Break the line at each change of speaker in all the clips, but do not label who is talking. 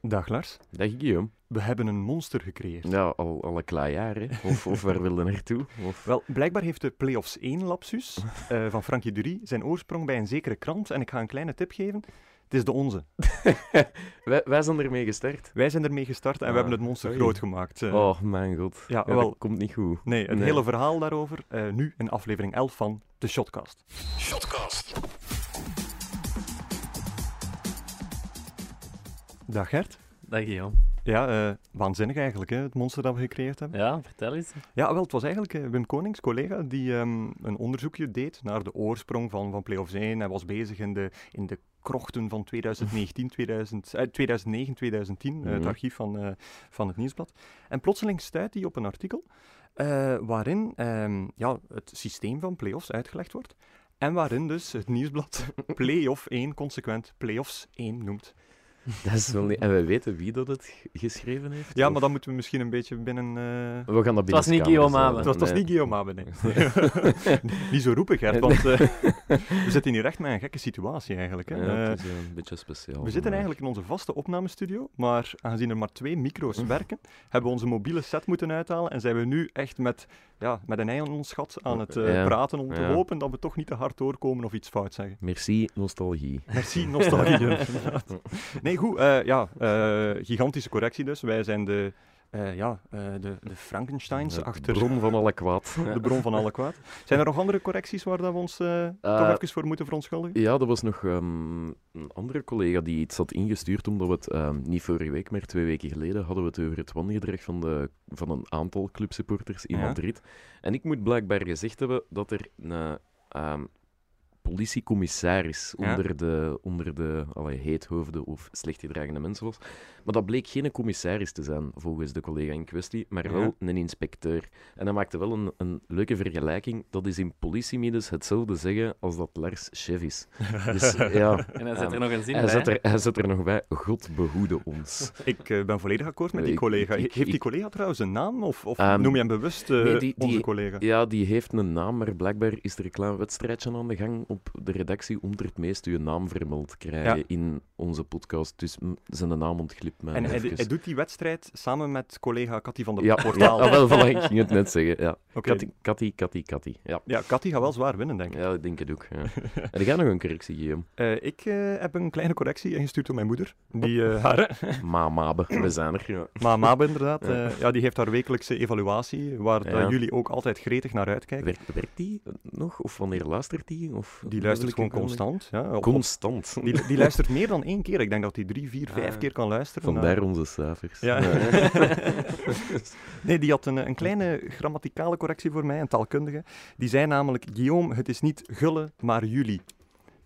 Dag Lars.
Dag Guillaume.
We hebben een monster gecreëerd.
Nou, al, al een klaar jaar, hè? Of, of waar willen we naartoe? Of... eh,
Wel, blijkbaar heeft de Playoffs 1 lapsus eh, van Frankie Dury zijn oorsprong bij een zekere krant. En ik ga een kleine tip geven. Het is de onze.
Wij, wij zijn ermee gestart.
Wij zijn ermee gestart en
Ah,
we hebben het monster
oei.
groot gemaakt. Eh,
Oh, mijn god.
Ja,
dat
wel.
komt niet goed.
Nee, het
nee.
hele verhaal daarover eh, nu in aflevering 11 van de Shotcast.
Shotcast.
Dag Gert.
Dag Guillaume.
Ja, eh, waanzinnig eigenlijk, hè, het monster dat we gecreëerd hebben.
Ja, vertel eens.
Ja, wel, het was eigenlijk eh, Wim Konings, collega, die ehm, een onderzoekje deed naar de oorsprong van, van Playoffs 1. Hij was bezig in de, in de krochten van 2019, 2000, eh, 2009, 2010, eh, het
Mhm.
archief van, eh, van het Nieuwsblad. En plotseling stuit hij op een artikel eh, waarin ehm, ja, het systeem van playoffs uitgelegd wordt. En waarin dus het Nieuwsblad Playoff 1 consequent Playoffs 1 noemt.
Dat is wel niet... En wij weten wie dat het g- geschreven heeft?
Ja, maar
of-
dan moeten we misschien een beetje binnen... eh,
We gaan dat
was niet
binnenkamers
Guillaume
houden.
Het
Abe.
was, het was
eh, Nee.
niet Guillaume Abe, nee. niet zo roepig, Gert, want eh, we zitten hier echt met een gekke situatie eigenlijk. Hè.
Ja,
Eh,
het is eh, een beetje speciaal.
we zitten eigenlijk in onze vaste opnamestudio, maar aangezien er maar twee micro's
Mm.
werken, hebben we onze mobiele set moeten uithalen en zijn we nu echt met, ja, met een ei aan ons gat aan het eh,
Ja,
praten om te
ja.
hopen dat we toch niet te hard doorkomen of iets fout zeggen.
Merci, nostalgie.
Merci, nostalgie. inderdaad. nee, goed, eh, ja, eh, gigantische correctie dus. Wij zijn de, eh, ja, eh, de, de Frankensteins
De
achter...
bron van alle kwaad.
De bron van alle kwaad. Zijn er nog andere correcties waar dat we ons eh,
Eh,
toch even voor moeten verontschuldigen?
Ja, er was nog ehm, een andere collega die iets had ingestuurd, omdat we het ehm, niet vorige week, maar twee weken geleden hadden we het over het wangedrag van, de, van een aantal clubsupporters in
Ja.
Madrid. En ik moet blijkbaar gezegd hebben dat er een eh, ehm, politiecommissaris
Ja.
onder de, onder de allee, heethoofden of slecht gedragende mensen was. Maar dat bleek geen commissaris te zijn, volgens de collega in kwestie, maar wel een inspecteur. En hij maakte wel een, een leuke vergelijking. Dat is in politiemiddels hetzelfde zeggen als dat Lars chef is. Dus ja.
En dan zit er
Ehm,
nog een zin
Hij
bij.
zet, er, hij zet er nog bij, God behoede ons.
Ik eh, ben volledig akkoord met
Nee,
die
ik-
collega.
ik-
Heeft die
ik-
collega trouwens een naam? Of, of
Ehm,
noem je hem bewust eh,
nee, die- die-
onze collega?
Ja, die heeft een naam, maar blijkbaar is er een klein wedstrijdje aan de gang op de redactie om er het meest uw naam vermeld te krijgen
Ja.
in onze podcast. Dus mm, zijn naam ontglipt mij
en hij,
even.
hij doet die wedstrijd samen met collega Cathy van der
ja,
Portaal.
ja, wel, voilà, ik ging het net zeggen. Ja.
Oké.
Katty, Katty, Katty, Katty. Ja.
Ja, Cathy gaat wel zwaar winnen, denk ik.
ja, ik denk het ook. Ja. En ik ga nog een correctie geven.
Eh, ik eh, heb een kleine correctie ingestuurd door mijn moeder. Die, eh, haar,
Mamabe, we zijn er. Ja.
maar Mabe inderdaad,
Ja.
eh, ja, die heeft haar wekelijkse evaluatie, waar dat
Ja.
jullie ook altijd gretig naar uitkijken.
Werkt, werkt die nog? Of wanneer luistert die? Of
Die luistert gewoon constant. Ja, op- op-
Constant.
Die, die luistert meer dan één keer. Ik denk dat hij drie, vier, vijf
Ah.
keer kan luisteren. naar-
Vandaar onze cijfers.
Ja. Nee, die had een, een kleine grammaticale correctie voor mij, een taalkundige. Die zei namelijk, Guillaume, het is niet gulle, maar jullie.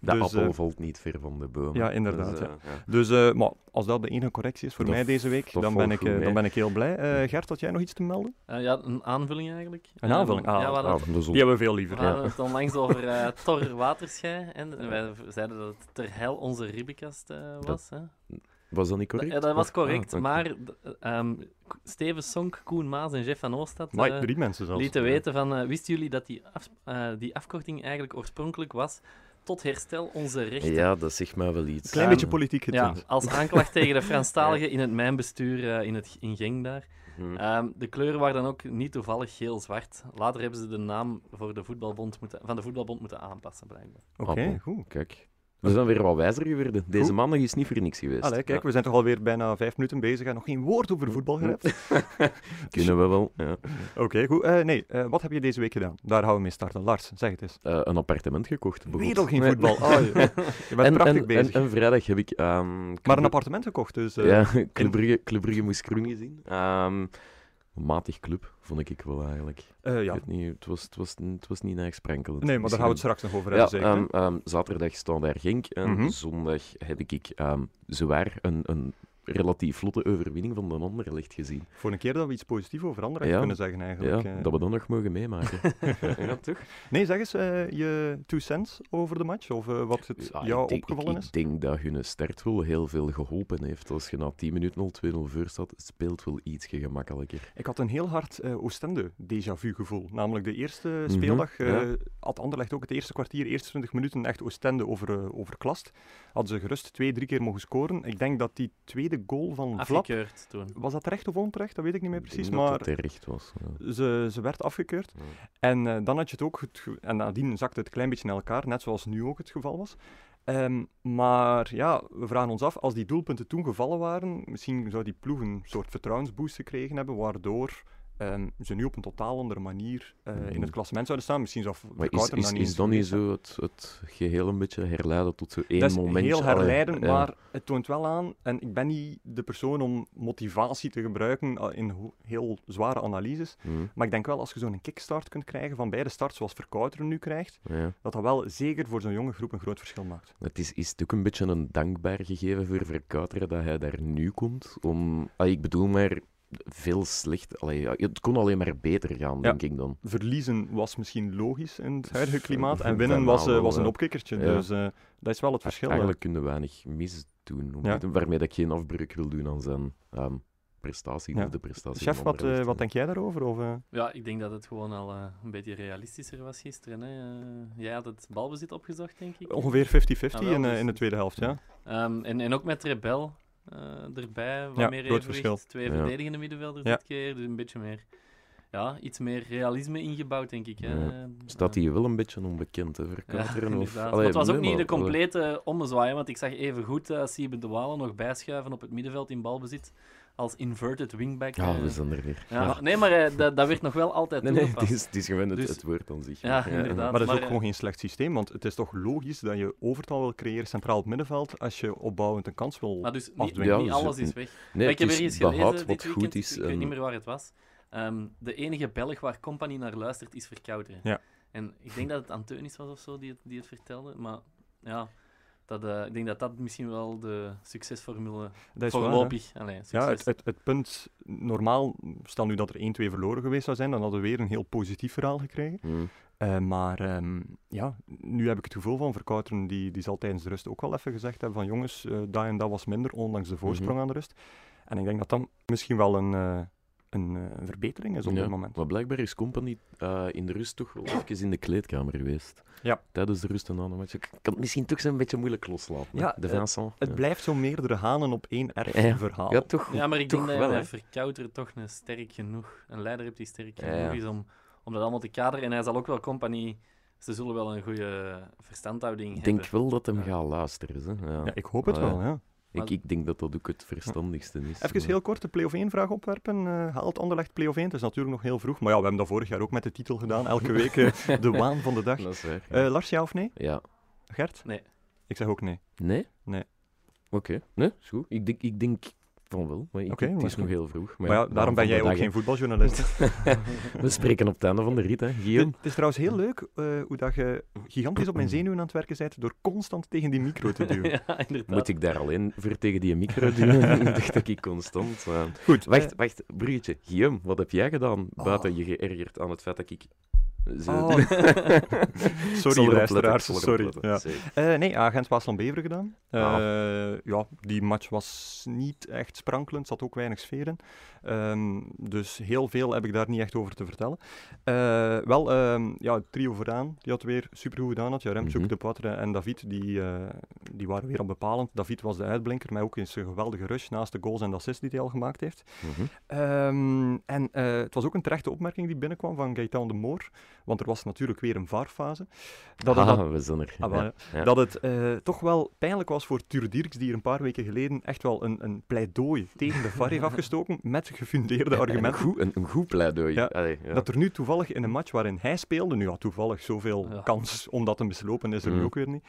De
Dus,
appel
eh,
valt niet ver van de boom.
ja, inderdaad,
Dus, eh, ja.
Dus eh, maar als dat de enige correctie is voor
Dat-
mij deze week,
dat
dan
valt
ben, ik,
goed
eh,
mee.
dan ben ik heel blij. Eh, Gert, had jij nog iets te melden?
Eh, ja, een aanvulling eigenlijk.
Een aanvulling?
Ehm,
Ah,
ja, we hadden,
Ah, dat is on-
hebben we veel liever.
we hadden het onlangs over eh Tor Waterschei. En, en wij v- zeiden dat het ter heil onze ribbenkast eh, was. hè.
Was dat niet correct?
Ja, dat was correct.
Ah, oké.
Maar d- ehm, K- Steven Sonk, Koen Maas en Jeff van Oostad eh,
drie mensen zelfs.
lieten weten van... eh, wisten jullie dat die, af- eh, die afkorting eigenlijk oorspronkelijk was tot herstel onze rechten?
Ja, dat zegt mij wel iets.
Klein
Ehm,
beetje politiek
Ja,
getint.
als aanklacht tegen de Franstaligen in het mijnbestuur eh, in, het, in Genk daar.
Hm.
Ehm, de kleuren waren dan ook niet toevallig geel-zwart. Later hebben ze de naam voor de voetbalbond moeten, van de voetbalbond moeten aanpassen, blijkbaar.
Oké,
appel.
goed.
Kijk. We zijn weer wat wijzer geworden. Deze
Goed.
maandag is niet voor niks geweest.
Allee, kijk,
Ja,
we zijn toch alweer bijna vijf minuten bezig en nog geen woord over voetbal gerept.
Kunnen we wel. Ja.
Oké, goed. Eh, nee, eh, wat heb je deze week gedaan? Daar gaan we mee starten. Lars, zeg het eens.
Eh, een appartement gekocht. bijvoorbeeld.
Weer al geen
Nee.
voetbal. Ah, je je bent
en,
prachtig
en,
bezig.
En, en vrijdag heb ik... ehm,
maar een
Club-
appartement gekocht, dus... eh,
Ja, Club Brugge, Club Brugge moest groen gezien. Ehm, een matig club, vond ik wel eigenlijk.
eh, ja.
Ik weet niet, het, was, het, was, het was niet erg sprenkelend.
Nee, maar daar gaan we het
Misschien-
straks nog over
Ja,
hebben, zeker. hè?
ehm, ehm, zaterdag staan daar Genk en
Mhm.
zondag heb ik ehm zwaar een, een relatief vlotte overwinning van de Anderlecht gezien.
Voor een keer dat we iets positiefs over Anderlecht
Ja.
kunnen zeggen, eigenlijk.
ja,
eh.
dat we dan nog mogen meemaken. ja, toch?
Nee, zeg eens eh, je two cents over de match, of eh, wat het
Ja,
jou
ik denk,
opgevallen
ik,
is.
ik denk dat hun start wel heel veel geholpen heeft. Als je na 10 minuten al 2-0 voor staat, speelt wel iets gemakkelijker.
Ik had een heel hard eh Oostende déjà vu gevoel. Namelijk de eerste
Mhm,
speeldag eh,
ja.
had Anderlecht ook het eerste kwartier, eerste 20 minuten echt Oostende over, eh, overklast. Hadden ze gerust twee, drie keer mogen scoren. Ik denk dat die tweede de goal van Vlap.
Afgekeurd toen.
Was dat terecht of onterecht? Dat weet ik niet meer
Ik
precies.
denk dat
Maar
het terecht was. ja.
ze, ze werd afgekeurd.
Ja.
En eh, dan had je het ook. het ge- en nadien zakte het een klein beetje in elkaar, net zoals nu ook het geval was. Ehm, maar ja, we vragen ons af, als die doelpunten toen gevallen waren, misschien zou die ploeg een soort vertrouwensboost gekregen hebben, waardoor ehm, ze nu op een totaal andere manier eh, in het
Mhm.
klassement zouden staan. Misschien zou
Maar is,
Verkouteren
is,
daar
is
eens
dan niet
geweest
zo het, het geheel een beetje herleiden tot zo één
dat is
moment?
heel herleiden, maar
maar
het toont wel aan, en ik ben niet de persoon om motivatie te gebruiken eh, in ho- heel zware analyses,
hm,
maar ik denk wel als je zo'n kickstart kunt krijgen van beide starts zoals Verkouteren nu krijgt,
ja.
dat dat wel zeker voor zo'n jonge groep een groot verschil maakt.
Het is, is het ook een beetje een dankbaar gegeven voor Verkouteren dat hij daar nu komt. Om, ah, ik bedoel maar, veel slecht. Allee, ja, het kon alleen maar beter gaan,
Ja.
denk ik dan.
Verliezen was misschien logisch in het huidige klimaat en
Dat
winnen
allemaal
was, eh,
wel,
was een
eh,
opkikkertje,
ja.
dus eh, dat is wel het verschil. hè.
Eigenlijk kunnen we weinig misdoen. om
Ja.
dit- Waarmee dat ik geen afbreuk wil doen aan zijn ehm, prestatie
Ja.
of de prestatie.
Chef,
van
wat, eh,
Anderlecht.
wat denk jij daarover? Of, eh?
Ja, ik denk dat het gewoon al eh, een beetje realistischer was gisteren. Hè. Eh, jij had het balbezit opgezocht, denk ik.
Ongeveer 50-50
Ah, wel,
in, eh,
dus-
in de tweede helft, ja.
Ehm, en, en ook met Rebel eh, erbij, wat
Ja,
meer
groot
evenwicht.
verschil.
Twee
Ja.
verdedigende middenvelders
Ja.
dit keer, dus een beetje meer, ja, iets meer realisme ingebouwd, denk ik. Hè.
Ja. Staat
Eh,
hij wel een beetje onbekend, hè,
ja,
Verkouteren?
inderdaad.
of... Allee,
maar het was
nee,
ook niet
maar-
de complete eh, ommezwaai, hè, want ik zag even goed eh Siebe de Waal nog bijschuiven op het middenveld in balbezit als inverted wingback.
Ja,
eh.
we zijn er weer.
Ja, Nee, maar eh, dat, dat werd nog wel altijd
Nee, nee,
toegepast.
het is, het is gewoon het,
Dus-
het woord aan zich.
Ja, inderdaad.
Maar dat is ook
eh,
gewoon geen slecht systeem, want het is toch logisch dat je overtal wil creëren centraal op het middenveld als je opbouwend een kans wil.
Maar dus niet,
afdwingen.
Ja,
niet
dus
alles
het-
is weg.
Nee,
Maar ik heb
het is
ergens gelezen
behoud
dit
wat
weekend,
goed is.
Ik weet
en-
niet meer waar het was. Ehm, de enige Belg waar Company naar luistert is Verkouteren.
Ja.
En ik denk dat het Anteunis was of zo die het, die het vertelde. Maar ja, dat, eh, ik denk dat dat misschien wel de succesformule
dat is waar, hè.
voorlopig. Allee,
ja,
succes.
het, het, het punt, normaal, stel nu dat er 1-2 verloren geweest zou zijn, dan hadden we weer een heel positief verhaal gekregen.
Hm.
Eh, maar ehm, ja, nu heb ik het gevoel van Verkouteren, die, die zal tijdens de rust ook wel even gezegd hebben van jongens, eh, dat en dat was minder, ondanks de voorsprong
Mhm.
aan de rust. En ik denk dat dat misschien wel een, eh, een, eh, een verbetering is op
Ja,
dit moment.
Maar blijkbaar is Company eh, in de rust toch wel even in de kleedkamer geweest.
Ja.
Tijdens de rust en dan een match. Ik kan het misschien toch zo'n beetje moeilijk loslaten. hè,
Ja,
de
eh,
Vincent.
Het
ja.
blijft zo meerdere hanen op één erg
Ja.
verhaal.
Ja, toch.
ja, maar ik
toch
denk dat je
wel,
bij
hè.
Verkouteren toch een sterk genoeg, een leider hebt die sterk
Ja,
genoeg
ja.
is om, om dat allemaal te kaderen. En hij zal ook wel Company... Ze zullen wel een goede verstandhouding
Ik denk
hebben.
wel dat hem
Ja.
gaat luisteren. Hè. Ja.
Ja, ik hoop het
Ah, ja.
wel, ja.
Ik, ik denk dat dat ook het verstandigste is.
Even heel kort de play-off 1-vraag opwerpen. Eh, haalt Anderlecht play-off 1? Het is natuurlijk nog heel vroeg, maar ja, we hebben dat vorig jaar ook met de titel gedaan. Elke week eh, de waan van de dag.
Dat is waar.
Eh, Lars, ja of nee?
ja.
Gert?
Nee.
Ik zeg ook nee.
Nee?
Nee.
Oké. Nee, is goed. Ik denk, ik denk van wel. Maar ik-
Oké,
het
maar
is
is
nog
goed.
heel vroeg.
Maar ja,
ja,
daarom ben
van
jij
de
ook
dag,
geen voetbaljournalist.
hè. We spreken op het einde van de rit, hè, Guillaume.
Het is trouwens heel leuk eh, hoe dat je gigantisch op mijn zenuwen aan het werken bent door constant tegen die micro te duwen.
ja, inderdaad.
Moet ik daar alleen voor tegen die micro duwen? ik dacht dat ik constant... eh,
Goed.
Wacht,
eh,
wacht, bruggetje. Guillaume, wat heb jij gedaan buiten je geërgerd aan het feit dat ik... Zo-
Oh.
Ik zal erop letten,
sorry, luisteraars.
ik zal erop
Sorry.
letten.
Ja.
Zeker.
Eh, nee, agent Waasland Beveren gedaan. Eh,
Ah.
Ja, die match was niet echt sprankelend, zat ook weinig sfeer in. Ehm, dus heel veel heb ik daar niet echt over te vertellen. Eh, wel, ehm, ja, het trio vooraan, die had weer supergoed gedaan. Had. Ja, Remtjouk,
Mhm.
De Poitre en David, die, eh, die waren weer al bepalend. David was de uitblinker, maar ook eens een geweldige rush naast de goals en de assists die hij al gemaakt heeft.
Mhm.
Ehm, en eh, het was ook een terechte opmerking die binnenkwam van Gaëtan de Moor, want er was natuurlijk weer een vaarfase. Dat, dat,
Ah, we zijn er.
Ah, wel,
Ja. Ja.
dat het eh, toch wel pijnlijk was voor Tuur Dirks, die er een paar weken geleden echt wel een, een pleidooi tegen de VAR heeft afgestoken met gefundeerde
Een
argumenten.
goed, een, een goed pleidooi.
Ja.
Allee, ja.
Dat er nu toevallig in een match waarin hij speelde, nu ja, toevallig zoveel
Ja.
kans om dat te mislopen is er nu
Mm.
ook weer niet,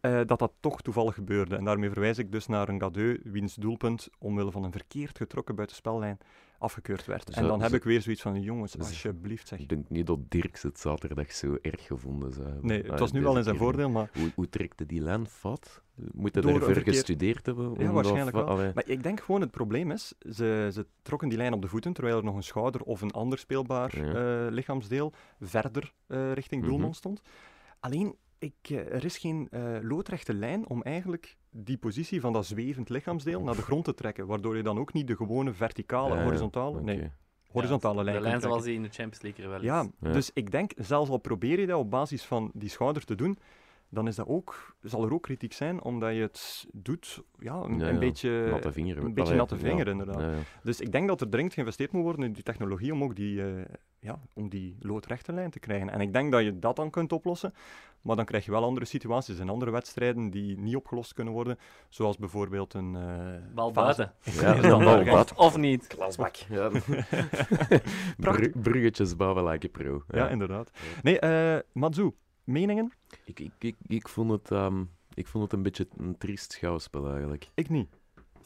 eh, dat dat toch toevallig gebeurde. En daarmee verwijs ik dus naar een gadeu wiens doelpunt omwille van een verkeerd getrokken buitenspellijn afgekeurd werd. en
Zo-
dan heb
zo-
ik weer zoiets van, jongens,
Dus-
alsjeblieft zeg.
Ik denk niet dat Dirks het zaterdag zo erg gevonden zou hebben.
Nee, het
Ah,
was nu
deze
wel in zijn
keer niet.
voordeel, maar
Hoe, hoe trekte die lijn vat? Moet hij
Door
daarvoor
een verkeer-
gestudeerd hebben? om dat
waarschijnlijk
va-
wel.
Allee.
Maar ik denk gewoon het probleem is, ze, ze trokken die lijn op de voeten, terwijl er nog een schouder of een ander speelbaar
Ja.
eh, lichaamsdeel verder eh, richting doelman
Mhm.
stond. Alleen, ik, eh, er is geen eh, loodrechte lijn om eigenlijk die positie van dat zwevend lichaamsdeel naar de grond te trekken, waardoor je dan ook niet de gewone verticale,
Ja, ja.
horizontale, nee,
Oké.
horizontale
Ja,
lijn
De
kunt
lijn
trekken.
zoals die in de Champions League er wel is.
Ja,
Ja.
dus ik denk, zelfs al probeer je dat op basis van die schouder te doen, dan is dat ook, zal er ook kritiek zijn omdat je het doet ja, een,
Ja,
een
ja.
beetje
Natte vinger.
eh, een beetje
Allee,
natte vinger,
ja.
inderdaad.
Ja, ja.
Dus ik denk dat er dringend geïnvesteerd moet worden in die technologie om ook die, eh, ja, om die loodrechte lijn te krijgen. En ik denk dat je dat dan kunt oplossen, maar dan krijg je wel andere situaties en andere wedstrijden die niet opgelost kunnen worden, zoals bijvoorbeeld een... eh,
Bal
fase-
buiten.
Ja,
Ja,
dan
dan
bal
wel.
wat.
Of niet.
Klasbak. Ja. Bru- bruggetjes bouwen like a pro.
Ja, inderdaad. Nee, eh Matsu, meningen?
Ik, ik, ik, ik, vond het, ehm, ik vond het een beetje een triest schouwspel eigenlijk.
Ik niet.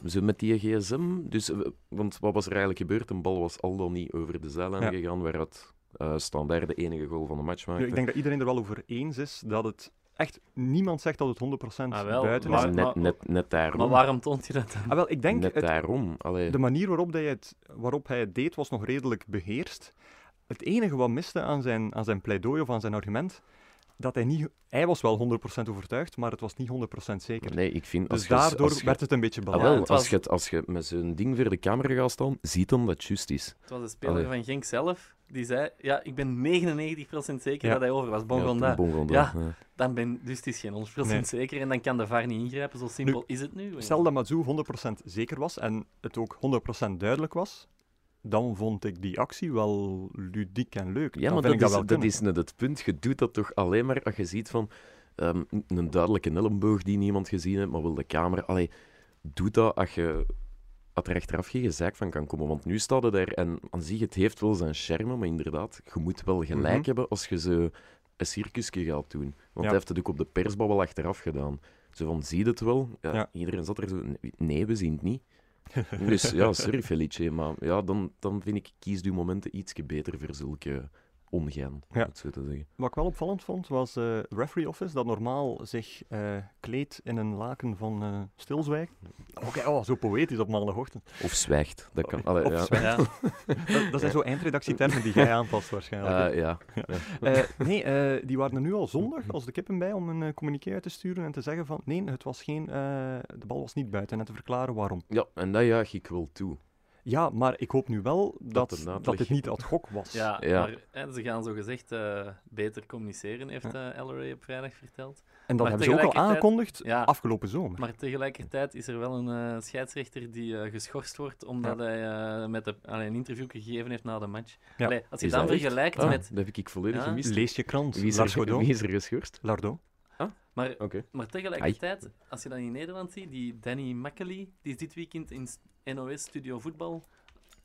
Zo met die gsm, dus, eh, want wat was er eigenlijk gebeurd? Een bal was al dan niet over de zijlijn
Ja.
gegaan, waaruit eh standaard de enige goal van de match maakte.
Ik denk dat iedereen er wel over eens is dat het echt... Niemand zegt dat het 100%
Ah, wel,
buiten
Dus
is.
maar-
net, net, net daarom.
Maar waarom toont je dat dan?
Ah, wel, ik denk...
net
het-
daarom. Allee,
De manier waarop, dat hij het, waarop hij het deed was nog redelijk beheerst. Het enige wat miste aan zijn, aan zijn pleidooi of aan zijn argument, dat hij niet... Hij was wel 100% overtuigd, maar het was niet 100% zeker.
nee, ik vind... Als
dus
je- als
daardoor
je-
werd het een beetje
Ah,
beladen.
wel,
Ja, het was-
als, je, het- als je met zo'n ding voor de camera gaat staan, ziet dan dat het juist is.
Het was de speler
Allee.
van Genk zelf die zei: Ja, ik ben 99% zeker
Ja.
dat hij over was. Bon
Ja,
Gonda.
Bongonda,
Ja.
ja.
Dan ben, dus het is geen 100%
Nee.
zeker en dan kan de VAR niet ingrijpen. Zo simpel is het nu.
Stel dat Mazou 100% zeker was en het ook 100% duidelijk was, dan vond ik die actie wel ludiek en leuk.
Ja,
dan
maar
vind
dat,
ik
is,
dat wel
dat
kunnen.
is net het punt. Je doet dat toch alleen maar als je ziet van ehm, een duidelijke elleboog die niemand gezien heeft, maar wel de camera. Allee, doe dat als je als er achteraf geen zaak van kan komen. Want nu staat het er en aan zich, het heeft wel zijn charme, maar inderdaad, je moet wel gelijk
Mhm.
hebben als je zo een circusje gaat doen. Want
Ja.
hij heeft het ook op de persbabbel achteraf gedaan. Zo van, zie je het wel? Ja,
Ja.
Iedereen zat er zo, nee, we zien het niet. dus ja, sorry Felice, maar ja, dan, dan vind ik, kies die momenten ietsje beter voor zulke ongein, om
Ja.
het zo te zeggen.
Wat ik wel opvallend vond, was eh Referee Office, dat normaal zich eh, kleedt in een laken van eh stilzwijg. Oké, oh, zo poëtisch op maandagochtend.
Of zwijgt, dat kan. Allee,
Of
ja.
zwijgt.
Ja,
Dat, dat zijn zo eindredactietermen die jij aanpast waarschijnlijk.
Eh, ja.
Eh, nee, eh, die waren er nu al zondag als de kippen bij om een eh, communiqué uit te sturen en te zeggen van nee, het was geen, eh, de bal was niet buiten en te verklaren waarom.
ja, en dat juich ik wel toe.
Ja, maar ik hoop nu wel dat,
er
dat,
naadlig-
het niet ad hoc was.
ja,
Ja.
maar hè, ze gaan zogezegd gezegd beter communiceren, heeft eh Ellery op vrijdag verteld.
En dat
Maar
hebben ze ook al
tegelijkertijd-
aangekondigd
Ja.
ah.
afgelopen zomer.
Maar tegelijkertijd is er wel een eh, scheidsrechter die eh, geschorst wordt omdat hij eh, met de, allee, een interview gegeven heeft na de match.
Ja.
Allee, als je
Is
dan
dat echt?
vergelijkt
Ah,
met...
dat heb ik volledig
Ja.
gemist.
Lees je krant,
Wie is,
Lars
er,
Godot.
wie is er geschorst?
Lardo.
Maar,
Oké.
maar tegelijkertijd, als je dan in Nederland ziet, die Danny Makkely, die is dit weekend in s- NOS Studio Voetbal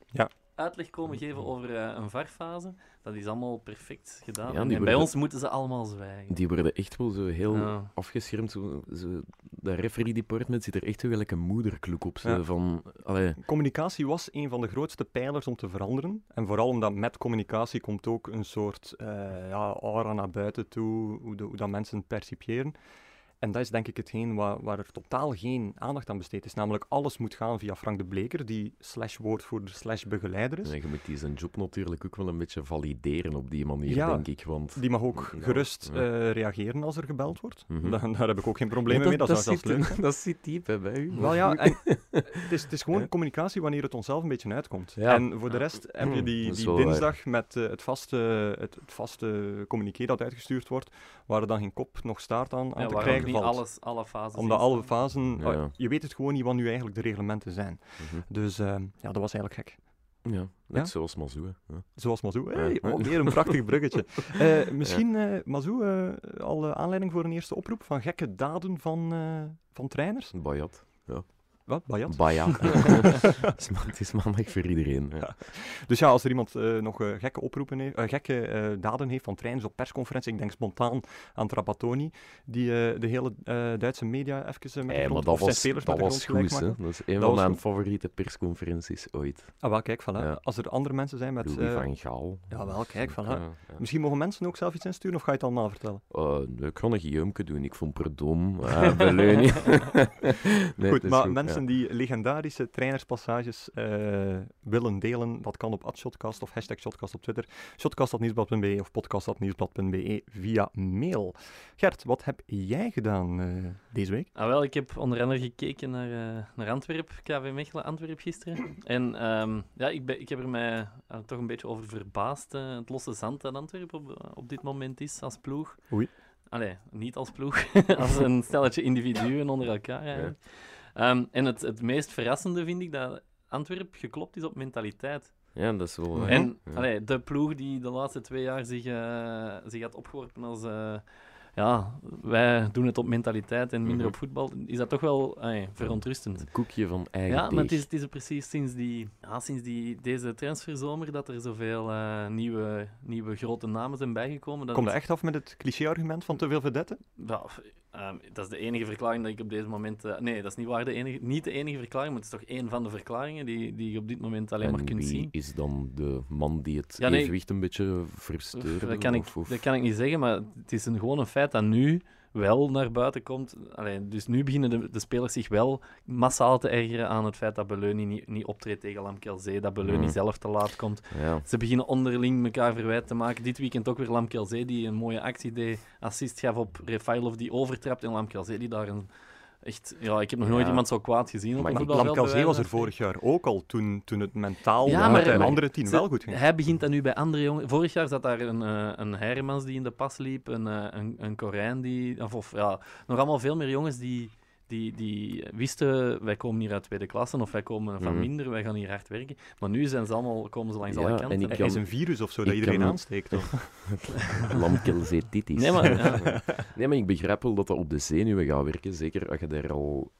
Ja.
uitleg komen geven over eh, een varfase. Dat is allemaal perfect gedaan.
Ja,
en
die
bij
worden-
ons moeten ze allemaal zwijgen.
Die worden echt wel zo heel
Ja.
afgeschermd. Zo, zo, dat referee department zit er echt wel gelijk een moederkloek op. Zo,
Ja.
van, allee,
Communicatie was een van de grootste pijlers om te veranderen. En vooral omdat met communicatie komt ook een soort eh, ja, aura naar buiten toe, hoe, de- hoe dat mensen het percipiëren. En dat is denk ik hetgeen waar, waar er totaal geen aandacht aan besteed is. Namelijk alles moet gaan via Frank de Bleker, die slash woordvoerder slash begeleider is.
nee, je moet die zijn job natuurlijk ook wel een beetje valideren op die manier,
Ja.
denk ik. Want
Die mag ook
Ja,
gerust
ja.
eh, reageren als er gebeld wordt.
Mhm.
Da- daar heb ik ook geen problemen mee, dat, zou zelfs leuk zijn.
dat zit diep hè, bij u.
Wel ja, en het, is, het is gewoon communicatie wanneer het onszelf een beetje uitkomt.
Ja. Hmm,
En voor de rest heb je die,
Dat is
die
wel waar.
dinsdag met eh, het, vaste, het, het vaste communiqué dat uitgestuurd wordt, waar er dan geen kop nog staart aan, aan
Ja,
te
waarom
krijgen
niet
valt.
alles, alle fases
Omdat
in
alle
staan?
fasen...
Ja.
ah, je weet het gewoon niet wat nu eigenlijk de reglementen zijn.
Mhm.
Dus eh, ja, dat was eigenlijk gek.
Ja, net
Ja?
zoals Mazou. hè. Ja.
Zoals Mazou. Hey,
Ja.
oh, weer een prachtig bruggetje. Eh, misschien, eh Mazou, eh, al eh, aanleiding voor een eerste oproep van gekke daden van, eh, van trainers?
Bayat.
Wat, Bayat?
Baya. Het is ma- het is maandag voor iedereen. Ja.
Dus ja, als er iemand eh, nog eh, gekke, oproepen heeft, eh, gekke eh, daden heeft van trainers op persconferentie, ik denk spontaan aan Trapattoni, die eh, de hele eh, Duitse media even eh, met de
Hey, maar
grond,
dat
of zijn
was,
spelers
dat
met de grond
was
gelijk
goed.
maken.
Hè? Dat is een
Dat
van
was
mijn
goed.
favoriete persconferenties ooit.
Ah, wel, kijk, voilà.
Ja.
Als er andere mensen zijn met...
Louis
eh,
van Gaal.
ja, wel, kijk, voilà.
Ja, ja.
Misschien mogen mensen ook zelf iets insturen, of ga je het allemaal vertellen?
Eh, nee, ik ga een Guillaume doen. Ik vond Perdom, uh, Beleunie. nee, het
goed,
is
maar
ja.
mensen die legendarische trainerspassages eh, willen delen, dat kan op @shotcast of hashtag shotcast op Twitter, shotcast.nieuwsblad.be of podcast.nieuwsblad.be E via mail. Gert, wat heb jij gedaan eh, deze week?
Ah, wel, ik heb onder andere gekeken naar, eh, naar Antwerpen, KV Mechelen, Antwerpen gisteren. En ehm, ja, ik, ben, ik heb er mij eh, toch eh, een beetje over verbaasd. eh, het losse zand dat Antwerpen op, op dit moment is als ploeg.
Oei.
Allee, niet als ploeg, als een stelletje individuen onder elkaar eigenlijk. Ehm, en het, het meest verrassende vind ik dat Antwerp geklopt is op mentaliteit.
Ja, dat is wel... eh, waar.
En
Ja.
allee, de ploeg die de laatste twee jaar zich, eh, zich had opgeworpen als... eh, ja, wij doen het op mentaliteit en minder
Mhm.
op voetbal. Is dat toch wel allee, verontrustend?
Een koekje van eigen
Ja, maar het
deeg.
is, het is precies sinds, die, ja, sinds die, deze transferzomer dat er zoveel eh, nieuwe, nieuwe grote namen zijn bijgekomen. Dat
Kom je
het-
echt af met het cliché-argument van te veel vedetten?
ja, f- ehm, dat is de enige verklaring dat ik op deze moment. eh, nee, dat is niet waar. De enige, niet de enige verklaring, maar het is toch één van de verklaringen die, die je op dit moment alleen
en
maar kunt
wie
zien.
is dan de man die het
Ja, nee,
evenwicht een beetje
Oef,
versteurt?
dat, kan ik, dat kan ik niet zeggen, maar het is een, gewoon een feit dat nu wel naar buiten komt. Allee, dus nu beginnen de, de spelers zich wel massaal te ergeren aan het feit dat Beleuni niet, niet optreedt tegen Lamkelzee, dat Beleuni
Mhm.
zelf te laat komt.
Ja.
Ze beginnen onderling elkaar verwijt te maken. Dit weekend ook weer Lamkelzee, die een mooie actie deed. Assist gaf op Refailov, die overtrapt. En Lamkelzee, die daar een... Echt, ja, ik heb nog nooit
Ja.
iemand zo kwaad gezien op
Maar
een
ik-
voetbalveld. bij
Lamkazee
wijze
was
van
er vorig jaar ook al, toen, toen het mentaal
eh, Ja,
met
maar- eh,
de
maar-
andere tien
Ze-
wel goed
spreken.
ging.
Hij begint dat nu bij andere jongen. Vorig jaar zat daar een, eh, een Hermans die in de pas liep, een, eh, een, een Korijn die... Of, of, ja, nog allemaal veel meer jongens die, die, die wisten, wij komen hier uit tweede klasse of wij komen van
Mhm.
minder, wij gaan hier hard werken. Maar nu zijn ze allemaal, komen ze langs
Ja,
alle
en
kanten.
ik
Er
kan-
is een virus of zo dat
ik
iedereen
kan-
aansteekt. hoor.
Lamkelzetitis.
Nee, maar... ja.
Nee, maar ik begrijp wel dat dat op de zenuwen gaat werken. Zeker als je daar al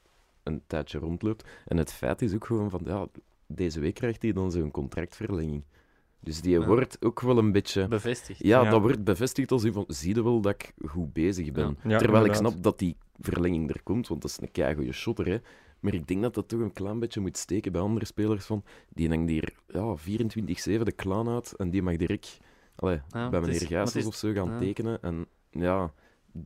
een tijdje rondloopt. En het feit is ook gewoon van, ja, deze week krijgt hij dan zo'n contractverlenging. Dus die
Ja.
wordt ook wel een beetje...
Bevestigd.
Ja,
Ja.
dat wordt bevestigd als in van, zie je wel dat ik goed bezig ben.
Ja,
Terwijl ik
inderdaad.
snap dat die verlenging er komt, want dat is een keigoede shotter, hè. Maar ik denk dat dat toch een klein beetje moet steken bij andere spelers van, die hangt hier ja, 24-7 de klaan uit en die mag direct allee,
Ja,
bij
het
meneer
is- maar het
Gijsels
is-
of zo gaan
ja.
tekenen. En ja,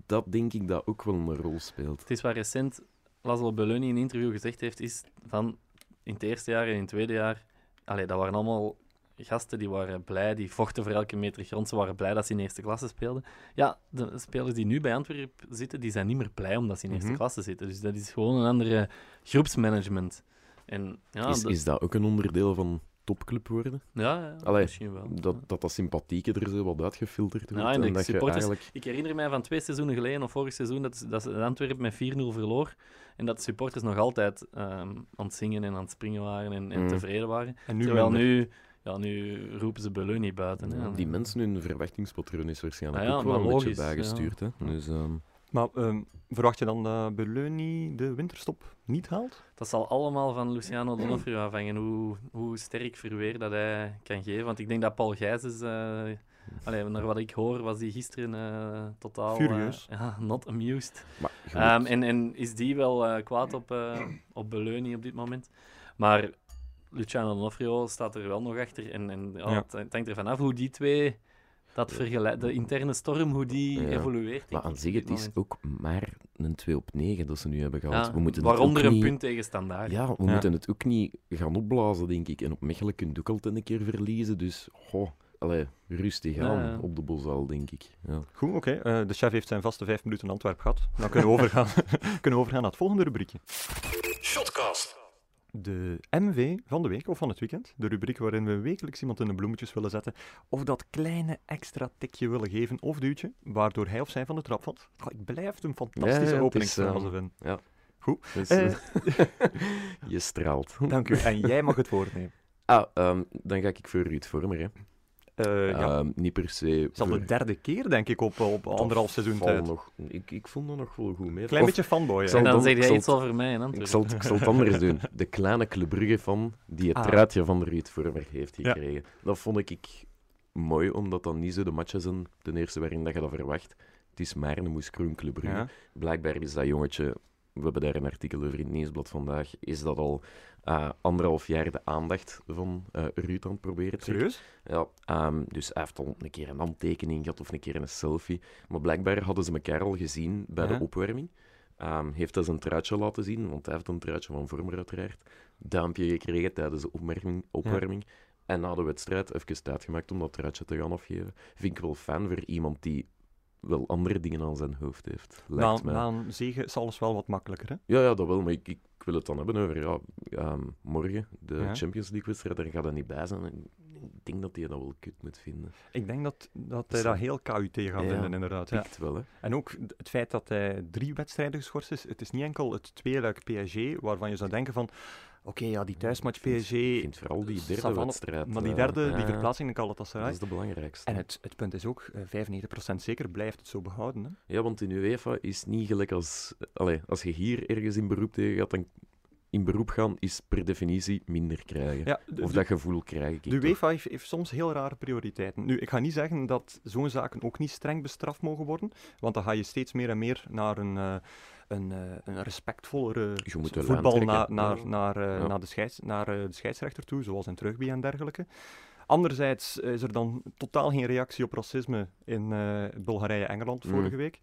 dat denk ik dat ook wel een rol speelt.
Het is waar recent Laszlo Belloni in een interview gezegd heeft, is van in het eerste jaar en in het tweede jaar, allee, dat waren allemaal gasten die waren blij, die vochten voor elke meter grond, ze waren blij dat ze in eerste klasse speelden. Ja, de spelers die nu bij Antwerpen zitten, die zijn niet meer blij omdat ze in eerste
Mhm.
klasse zitten. Dus dat is gewoon een andere groepsmanagement. En ja,
is,
dat-
is dat ook een onderdeel van topclub worden?
ja, ja,
Allee,
misschien wel.
Dat dat, dat sympathieke er zo wat uitgefilterd wordt?
Ja, en de
dat
supporters-
eigenlijk...
Ik herinner mij van twee seizoenen geleden of vorig seizoen dat, dat ze Antwerpen met 4-0 verloor. En dat de supporters nog altijd ehm, aan het zingen en aan het springen waren en, en
Mm.
tevreden waren.
En nu
Terwijl
minder.
nu, ja, nu roepen ze Belloni buiten. hè.
Die mensen hun verwachtingspatroon is waarschijnlijk
Ah ja,
ook wel
maar
een
logisch,
beetje
ja.
bijgestuurd. Hè? Dus, ehm,
Maar ehm, verwacht je dan dat Beleuni de winterstop niet haalt?
Dat zal allemaal van Luciano Donofrio afhangen, hoe, hoe sterk verweer dat hij kan geven. Want ik denk dat Paul Gijzes, eh allee, naar wat ik hoor, was die gisteren eh, totaal... eh,
Furieus.
ja, not amused.
maar je moet-
Ehm, en, en is die wel eh, kwaad op, eh op Beleuni op dit moment. Maar Luciano D'Onofrio staat er wel nog achter. En, en ja,
Ja.
Het, het hangt ervan af hoe die twee, dat vergelijk, de interne storm, hoe die
Ja.
evolueert.
Maar
denk
aan
ik,
zich,
op
het
dit
is
moment.
ook maar een 2 op 9 dat ze nu hebben gehaald.
Ja,
we moeten het
waaronder
ook
een
niet-
punt tegen standaard.
Ja, we
Ja.
moeten het ook niet gaan opblazen, denk ik. En op Mechelen kun je ook altijd een keer verliezen. Dus, goh, allee, rustig aan
Ja, ja.
op de bosaal, denk ik. Ja.
Goed, oké. eh, de chef heeft zijn vaste vijf minuten Antwerp gehad. Dan kunnen we overgaan, kunnen we overgaan naar het volgende rubriekje.
Shotcast.
De MV van de week of van het weekend. De rubriek waarin we wekelijks iemand in de bloemetjes willen zetten. Of dat kleine extra tikje willen geven of duwtje. Waardoor hij of zij van de trap valt. Oh, ik blijf een
Ja, ja,
fantastische
het is,
openingsfase
eh,
vinden.
Dus,
Eh.
eh, je straalt.
Dank u. En jij mag het woord nemen.
Ah, ehm, dan ga ik voor Ruud Vormer. Hè.
Eh, ja.
Ehm, niet per se.
Het is al
voor-
de derde keer, denk ik, op, op
Dat
anderhalf seizoen
valt
tijd.
Nog, ik, ik vond dat nog wel goed mee.
Klein
Of-
beetje fanboy. hè.
zal
En
dan-
dan zeg
ik
jij
zal
iets over mij in
Ik
Antwerpen.
zal, het, ik zal het anders doen. De kleine Club Brugge fan die het
Ah.
truitje van Ruud Vormer heeft
Ja.
gekregen. Dat vond ik, ik mooi, omdat dat niet zo de matchen zijn, ten eerste waarin dat je dat verwacht. Het is maar een moeskroen Club Brugge.
Ja.
Blijkbaar is dat jongetje, we hebben daar een artikel over in het Nieuwsblad vandaag, is dat al eh, anderhalf jaar de aandacht van eh Ruud aan het proberen te trekken.
Serieus?
Ja, ehm, dus hij heeft al een keer een handtekening gehad of een keer een selfie. Maar blijkbaar hadden ze elkaar al gezien bij
Ja.
de opwarming. Ehm, heeft hij zijn truitje laten zien, want hij heeft een truitje van Vormer uiteraard. Duimpje gekregen tijdens de opwarming. opwarming. En na de wedstrijd even tijd gemaakt om dat truitje te gaan afgeven. Vind ik wel fijn voor iemand die wel andere dingen aan zijn hoofd heeft.
Na,
Lijkt mij.
na een zege is alles wel wat makkelijker, hè?
Ja, ja, dat wel, maar ik, ik wil het dan hebben over ja, ehm, morgen, de
Ja.
Champions League-wedstrijd. Daar gaat hij niet bij zijn. En Ik denk dat hij dat wel kut moet vinden.
Ik denk dat, dat hij dat heel KUT gaat
Ja.
vinden, inderdaad. Ja.
Pikt wel, hè.
En ook d- het feit dat hij drie wedstrijden geschorst is. Het is niet enkel het tweeluik PSG, waarvan je zou denken van... Oké, ja, die thuismatch
vind-
PSG...
Ik vind vooral die derde
Savan op-
wedstrijd.
Eh, Maar die
eh,
derde, die
ah,
verplaatsing in
Dat
Galatasaray.
is de belangrijkste.
En het, het punt is ook, eh, 95% zeker blijft het zo behouden. Hè?
Ja, want in UEFA is niet gelijk als... Allee, als je hier ergens in beroep tegen gaat, dan in beroep gaan is per definitie minder krijgen.
Ja, de,
of
de-
dat gevoel krijg ik.
de
toch.
UEFA heeft, heeft soms heel rare prioriteiten. Nu, ik ga niet zeggen dat zo'n zaken ook niet streng bestraft mogen worden, want dan ga je steeds meer en meer naar een, eh, een, eh, een respectvollere
Je moet de lijn
voetbal
trekken.
naar, naar, naar, eh,
Ja.
naar, de scheids, naar eh, de scheidsrechter toe, zoals in Terugby en dergelijke. Anderzijds is er dan totaal geen reactie op racisme in eh, Bulgarije-Engeland
Mm.
vorige week.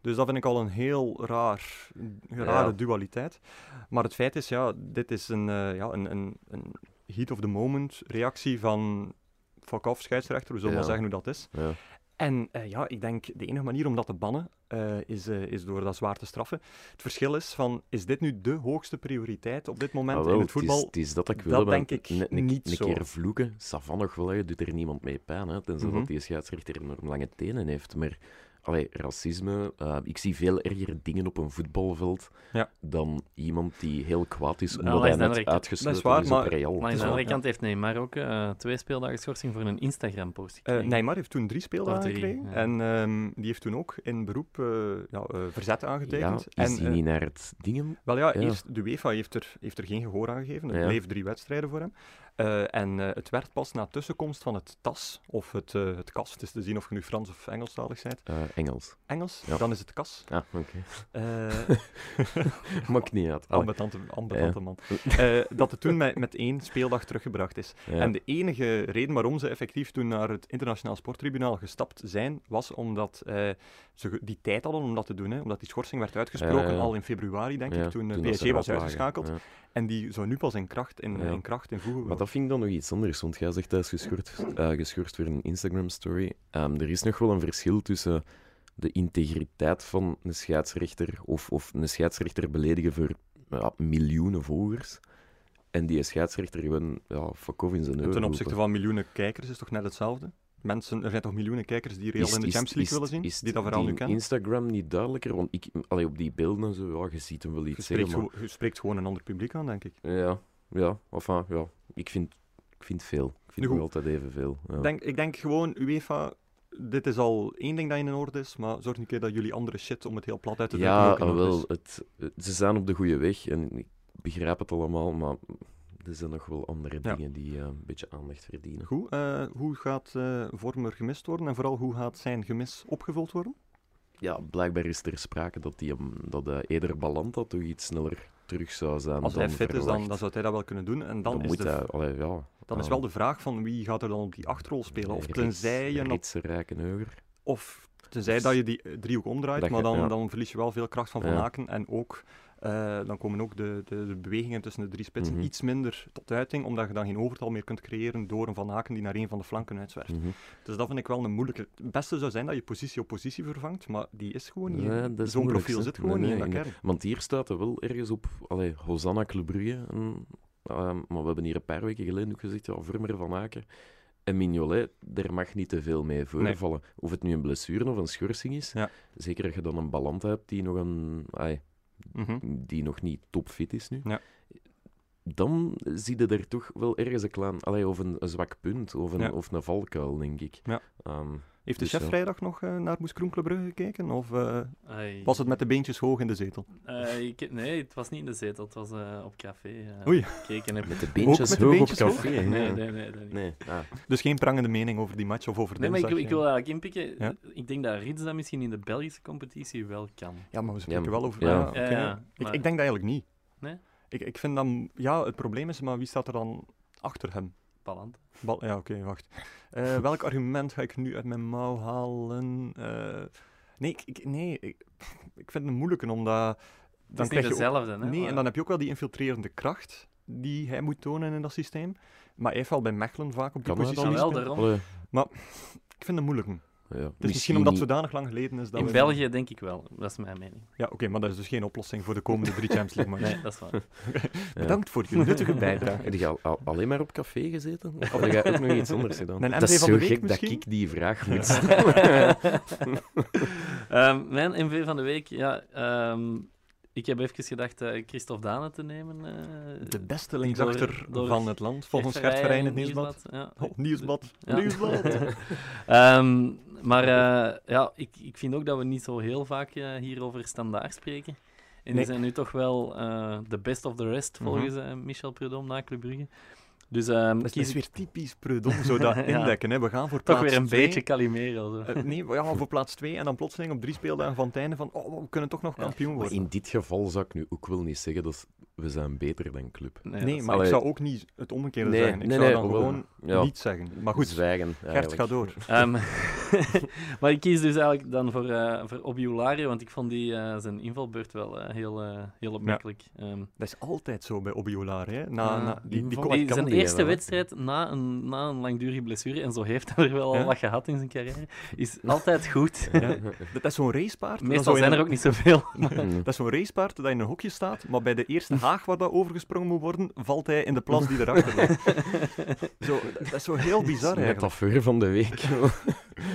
Dus dat vind ik al een heel raar, een rare
Ja.
dualiteit. Maar het feit is, ja, dit is een, eh, ja, een, een, een heat of the moment reactie van fuck off scheidsrechter, we zullen
Ja.
wel zeggen hoe dat is.
Ja.
En eh, ja, ik denk de enige manier om dat te bannen eh, is, eh, is door dat zwaar te straffen. Het verschil is van, is dit nu de hoogste prioriteit op dit moment
Ah, wel,
in het voetbal?
is, het is dat ik wil.
dat
maar
denk ik
ne- ne-
niet
Een
zo.
keer vloeken, savan nog wel, je doet er niemand mee pijn. Hè, tenzij
Mhm.
dat die scheidsrechter enorm lange tenen heeft. Maar allee, racisme, eh, ik zie veel erger dingen op een voetbalveld
Ja.
dan iemand die heel kwaad is
Ja,
omdat
dat
hij
is
net
belangrijk.
uitgesloten
Dat is waar,
is op
maar-
Real.
Maar aan de
wel-
andere
ja.
kant heeft Neymar ook eh, twee speeldagen schorsing voor een Instagram-post
Eh,
gekregen.
Neymar heeft toen drie
Of
speeldagen
drie,
gekregen.
ja.
En ehm, die heeft toen ook in beroep eh, ja, eh, verzet
Ja,
aangetekend. en,
is die
eh,
niet naar het dingen?
Wel ja,
Ja.
Eerst, de UEFA heeft er, heeft er geen gehoor aan gegeven. Er
Ja.
bleef drie wedstrijden voor hem. Eh, en eh, het werd pas na tussenkomst van het TAS, of het, eh het KAS, het is te zien of je nu Frans of Engelstalig bent.
eh, Engels.
Engels,
Ja.
dan is het KAS.
Ah, oké.
Eh,
Maakt niet uit. Allee,
Ambetante, ambetante man. Eh, dat het toen met, met één speeldag teruggebracht is.
ja.
En de enige reden waarom ze effectief toen naar het internationaal sporttribunaal gestapt zijn, was omdat eh, ze ge- die tijd hadden om dat te doen. Hè, omdat die schorsing werd uitgesproken
Ja, ja, ja.
al in februari, denk
Ja,
ik, toen, eh,
dat ze
PSG was
eruit lagen.
uitgeschakeld.
Ja.
En die zou nu pas in kracht, in,
Ja.
in kracht invoegen
Maar dat vind ik dan nog iets anders, want jij zegt dat is geschorst, eh, geschorst weer een Instagram-story. Ehm, er is nog wel een verschil tussen de integriteit van een scheidsrechter of, of een scheidsrechter beledigen voor ja, miljoenen volgers en die scheidsrechter gewoon ja, fuck off in zijn oren
Ten
roepen.
opzichte van miljoenen kijkers is toch net hetzelfde? Mensen, er zijn toch miljoenen kijkers die Real
Is-
in de
is-
Champions League
is-
willen zien?
is
die dat verhaal nu
die
kennen?
Instagram niet duidelijker, want ik, allee, op die beelden en zo, ja, je ziet hem wel
Je
iets
spreekt,
zeggen, maar...
gewo- je spreekt gewoon een ander publiek aan, denk ik.
Ja, ja, enfin, ja, ik vind, ik vind veel. Ik
Nu
vind nog
goed.
altijd evenveel. Ja.
Ik Denk, ik denk gewoon, UEFA, dit is al één ding dat in orde is, maar zorg een keer dat jullie andere shit, om het heel plat uit te drukken,
Ja, ah,
ook in orde
wel,
is.
het, het- ze zijn op de goede weg en ik begrijp het allemaal, maar er zijn nog wel andere
Ja.
dingen die eh, een beetje aandacht verdienen.
Goed, eh, hoe gaat eh Vormer gemist worden en vooral hoe gaat zijn gemis opgevuld worden?
Ja, blijkbaar is er sprake dat, die, hem- dat eh Eder Balanta toch iets sneller terug zou zijn
Als
dan
hij fit is, dan,
verwacht.
dan zou hij dat wel kunnen doen. En dan,
Dan
is,
moet
de,
hij... allee, ja,
dan is
ja.
wel de vraag van wie gaat er dan op die achterrol spelen. Of tenzij, je,
Rits,
nat-
Ritsen, Rijkenheuger.
of tenzij dat je die eh, driehoek omdraait,
Dat je-
maar dan,
ja.
dan verlies je wel veel kracht van Van
Ja.
Aken. En ook, eh, dan komen ook de, de, de bewegingen tussen de drie spitsen
Mhm.
iets minder tot uiting, omdat je dan geen overtal meer kunt creëren door een Van Aken die naar een van de flanken uitzwerft.
Mhm.
Dus dat vind ik wel een moeilijke. Het beste zou zijn dat je positie op positie vervangt, maar die is gewoon niet.
Nee, dat is
Zo'n
moeilijk,
profiel
hè.
zit gewoon
Nee,
niet in
nee,
dat kern.
Want hier staat er wel ergens op, allee, Hosanna Club Brugge. en, ehm, maar we hebben hier een paar weken geleden ook gezegd, ja, Vormer van Aken en Mignolet, daar mag niet te veel mee voorvallen. Of het nu een blessure of een schorsing is.
Ja.
Zeker als je dan een balans hebt die nog, een, ai,
Mhm.
die nog niet topfit is nu.
Ja.
Dan zie je er toch wel ergens een klein, allee, of een, een zwak punt, of een,
Ja.
of een valkuil, denk ik.
Ja.
Ehm,
Heeft de
Dus
chef
ja.
vrijdag nog eh, naar Moes Kroenkelenbrugge gekeken? Of eh,
Ai.
was het met de beentjes hoog in de zetel?
Eh, ik- nee, het was niet in de zetel, het was eh, op café. eh,
Oei.
Gekeken heb.
met de
met
beentjes
de
hoog
beentjes
op
hoog?
café.
Nee, nee,
ja.
nee. nee, nee.
Nee, ah.
Dus geen prangende mening over die match of over
Nee, maar
dinsdag.
ik, ik
eh.
wil eigenlijk inpikken.
Ja?
Ik denk dat Rits dat misschien in de Belgische competitie wel kan.
Ja, maar we spreken
maar-
wel over...
ja.
Ah, oké.
Ja, ja,
ik,
maar-
ik denk dat eigenlijk niet.
Nee?
Ik, ik vind dan... Ja, het probleem is, maar wie staat er dan achter hem?
Ballant.
Bal- ja, oké, wacht. Eh, welk argument ga ik nu uit mijn mouw halen? Eh, nee, ik, ik- nee ik, ik vind het moeilijk, omdat...
Het is
krijg
niet
je ook-
dezelfde, hè?
Nee,
maar-
en dan heb je ook wel die infiltrerende kracht die hij moet tonen in dat systeem. Maar hij valt bij Mechelen vaak op die
Kan hij
positie.
dan wel
gespeeld.
daarom?
Allee,
Ik vind het moeilijk.
Ja,
Dus misschien omdat het zodanig lang geleden is dat
In
we-
België denk ik wel. Dat is mijn mening.
Ja, oké, maar dat is dus geen oplossing voor de komende drie Champions League matchen.
Nee, dat is waar.
Bedankt voor je nuttige bijdrage.
Heb je al- al- alleen maar op café gezeten? Of heb je ook nog iets anders gedaan?
Mijn
dat
MV
is
van de
zo
week
gek
misschien?
dat ik die vraag moet stellen.
Ehm, mijn MV van de week, ja. ehm, ik heb even gedacht eh, Christophe Dane te nemen. eh,
De beste linksachter
Door- door
van het land, volgens
Geertverij
Gert Verijn in het
en
Nieuwsblad.
Nieuwsblad,
Oh, nieuwsblad,
Ja.
nieuwsblad.
ja. Ehm, maar eh, ja, ik, ik vind ook dat we niet zo heel vaak eh, hier over standaard spreken.
Nee. Mhm.
En die zijn nu toch wel eh, de best of the rest, volgens eh, Michel Prudhomme na Club Brugge. Dus ehm,
Dat
kies
is
ik
weer typisch Prudhomme, zo dat
Ja.
indekken. Hè. We gaan voor
toch
plaats
weer een
twee.
beetje Calimero. Zo.
Eh, nee, ja, maar voor plaats 2 en dan plotseling op drie speeldagen van het einde van oh, we kunnen toch nog
Ja.
kampioen
Maar
worden.
in dit geval zou ik nu ook wel niet zeggen dat we zijn beter dan club.
Nee,
dat
maar
Allee.
ik zou ook niet het omgekeerde
Nee,
zeggen. Ik
nee,
zou
nee,
dan
wel.
gewoon
Ja.
niet zeggen. Maar goed,
Zwijgen,
Gert,
eigenlijk.
ga door.
Ehm, maar ik kies dus eigenlijk dan voor, eh voor Obiulario, want ik vond die, eh, zijn invalbeurt wel eh, heel, eh, heel opmerkelijk. Ehm,
Dat is altijd zo bij Obiolare. Hè. Na,
Ah,
na, die, die
inval-
komt
Wat
die,
kan
zijn
die
eerste
hebben, hè?
wedstrijd na een, na een langdurige blessure, en zo heeft hij er wel al
Ja.
wat gehad in zijn carrière, is altijd goed.
Ja. Dat is zo'n racepaard. dat
Meestal
zo in
zijn er
een-
ook niet zoveel.
Mm.
Dat is zo'n racepaard dat in een hokje staat, maar bij de eerste haag waar dat overgesprongen moet worden, valt hij in de plas die erachter ligt. Zo, dat is zo heel bizar eigenlijk.
Metafoor van de week.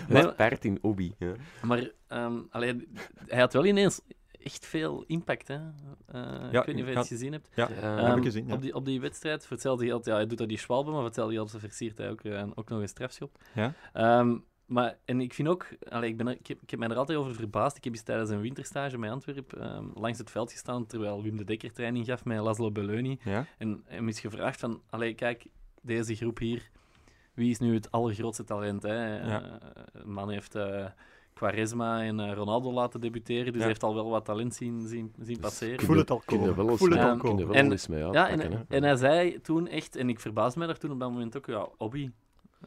Nee,
Het paard in Obi. Ja.
Maar ehm, allee, hij had wel ineens echt veel impact. Hè? Eh,
Ja,
ik weet niet of je
ja.
het gezien hebt.
Ja,
Ehm,
heb ik gezien, ja.
op, die, op die wedstrijd, voor hetzelfde geld, ja, hij doet dat die Schwalbe, maar voor hetzelfde geld versiert hij ook, eh, ook nog een strafschop.
Ja.
Ehm, maar, en ik vind ook, allee, ik, ben er- ik, heb, ik heb mij er altijd over verbaasd. Ik heb eens tijdens een winterstage bij Antwerpen ehm, langs het veld gestaan, terwijl Wim de Dekker training gaf met Laszlo Belloni.
Ja.
En hem is gevraagd van, allee, kijk, deze groep hier, wie is nu het allergrootste talent? Hè?
Ja.
Eh, een man heeft eh Quaresma en eh, Ronaldo laten debuteren, dus
Ja. Dus
hij heeft al wel wat talent zien, zien, zien
Ik
passeren.
voel het al
Kun je
komen.
wel
Ik
eens,
voel het al
ja, kun
kun je
komen.
wel
En-
eens mee
Ja,
uitpakken.
en,
hè.
en hij zei toen echt, en ik verbaasde mij daar toen op dat moment ook, ja, hobby.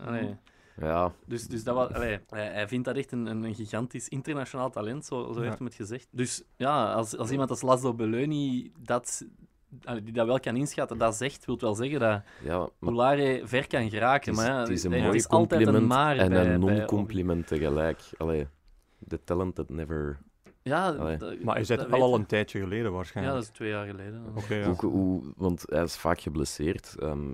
Mm.
Allee,
ja,
dus, dus dat was, allee, hij, hij vindt dat echt een, een, een gigantisch internationaal talent, zo, zo
Ja.
heeft hij het gezegd. Dus ja, als, als iemand als Laszlo Belloni dat, allee, die dat wel kan inschatten, dat zegt, wil wel zeggen dat
ja, maar
Boulare ver kan geraken.
Het is,
maar ja,
het is een
nee,
mooi
het is altijd
compliment
een maar
en
bij-
een
bij-
non-compliment tegelijk. Allee, the talent that never...
Ja,
Allee.
dat-
Maar hij zit
dat
al, al
weet-
een tijdje geleden
Ja,
waarschijnlijk.
dat is twee jaar geleden.
Oké, ja.
Ook hoe, want hij is vaak geblesseerd. Ehm,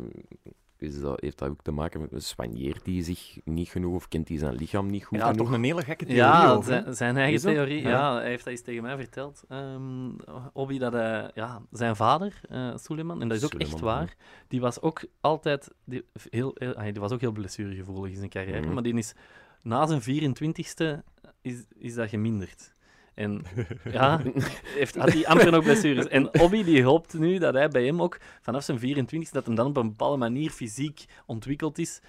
is dat, heeft dat ook te maken met... Soigneert hij zich niet genoeg of kent hij zijn lichaam niet goed
Ja,
genoeg?
toch een hele gekke theorie
Ja,
over, hè?
zijn, zijn eigen
Is dat?
theorie.
Ja.
Ja. hij heeft dat eens tegen mij verteld. Ehm Obi, dat eh, ja, zijn vader, eh Suleiman, en dat is ook echt
Suleiman, ja.
waar, die was ook altijd die, heel, heel- ah, die was ook heel blessuregevoelig in zijn carrière.
Mhm.
Maar die is na zijn 24ste is, is dat geminderd. En ja, heeft, had hij amper nog blessures. En Obi die hoopt nu dat hij bij hem ook vanaf zijn 24 dat hem dan op een bepaalde manier fysiek ontwikkeld is,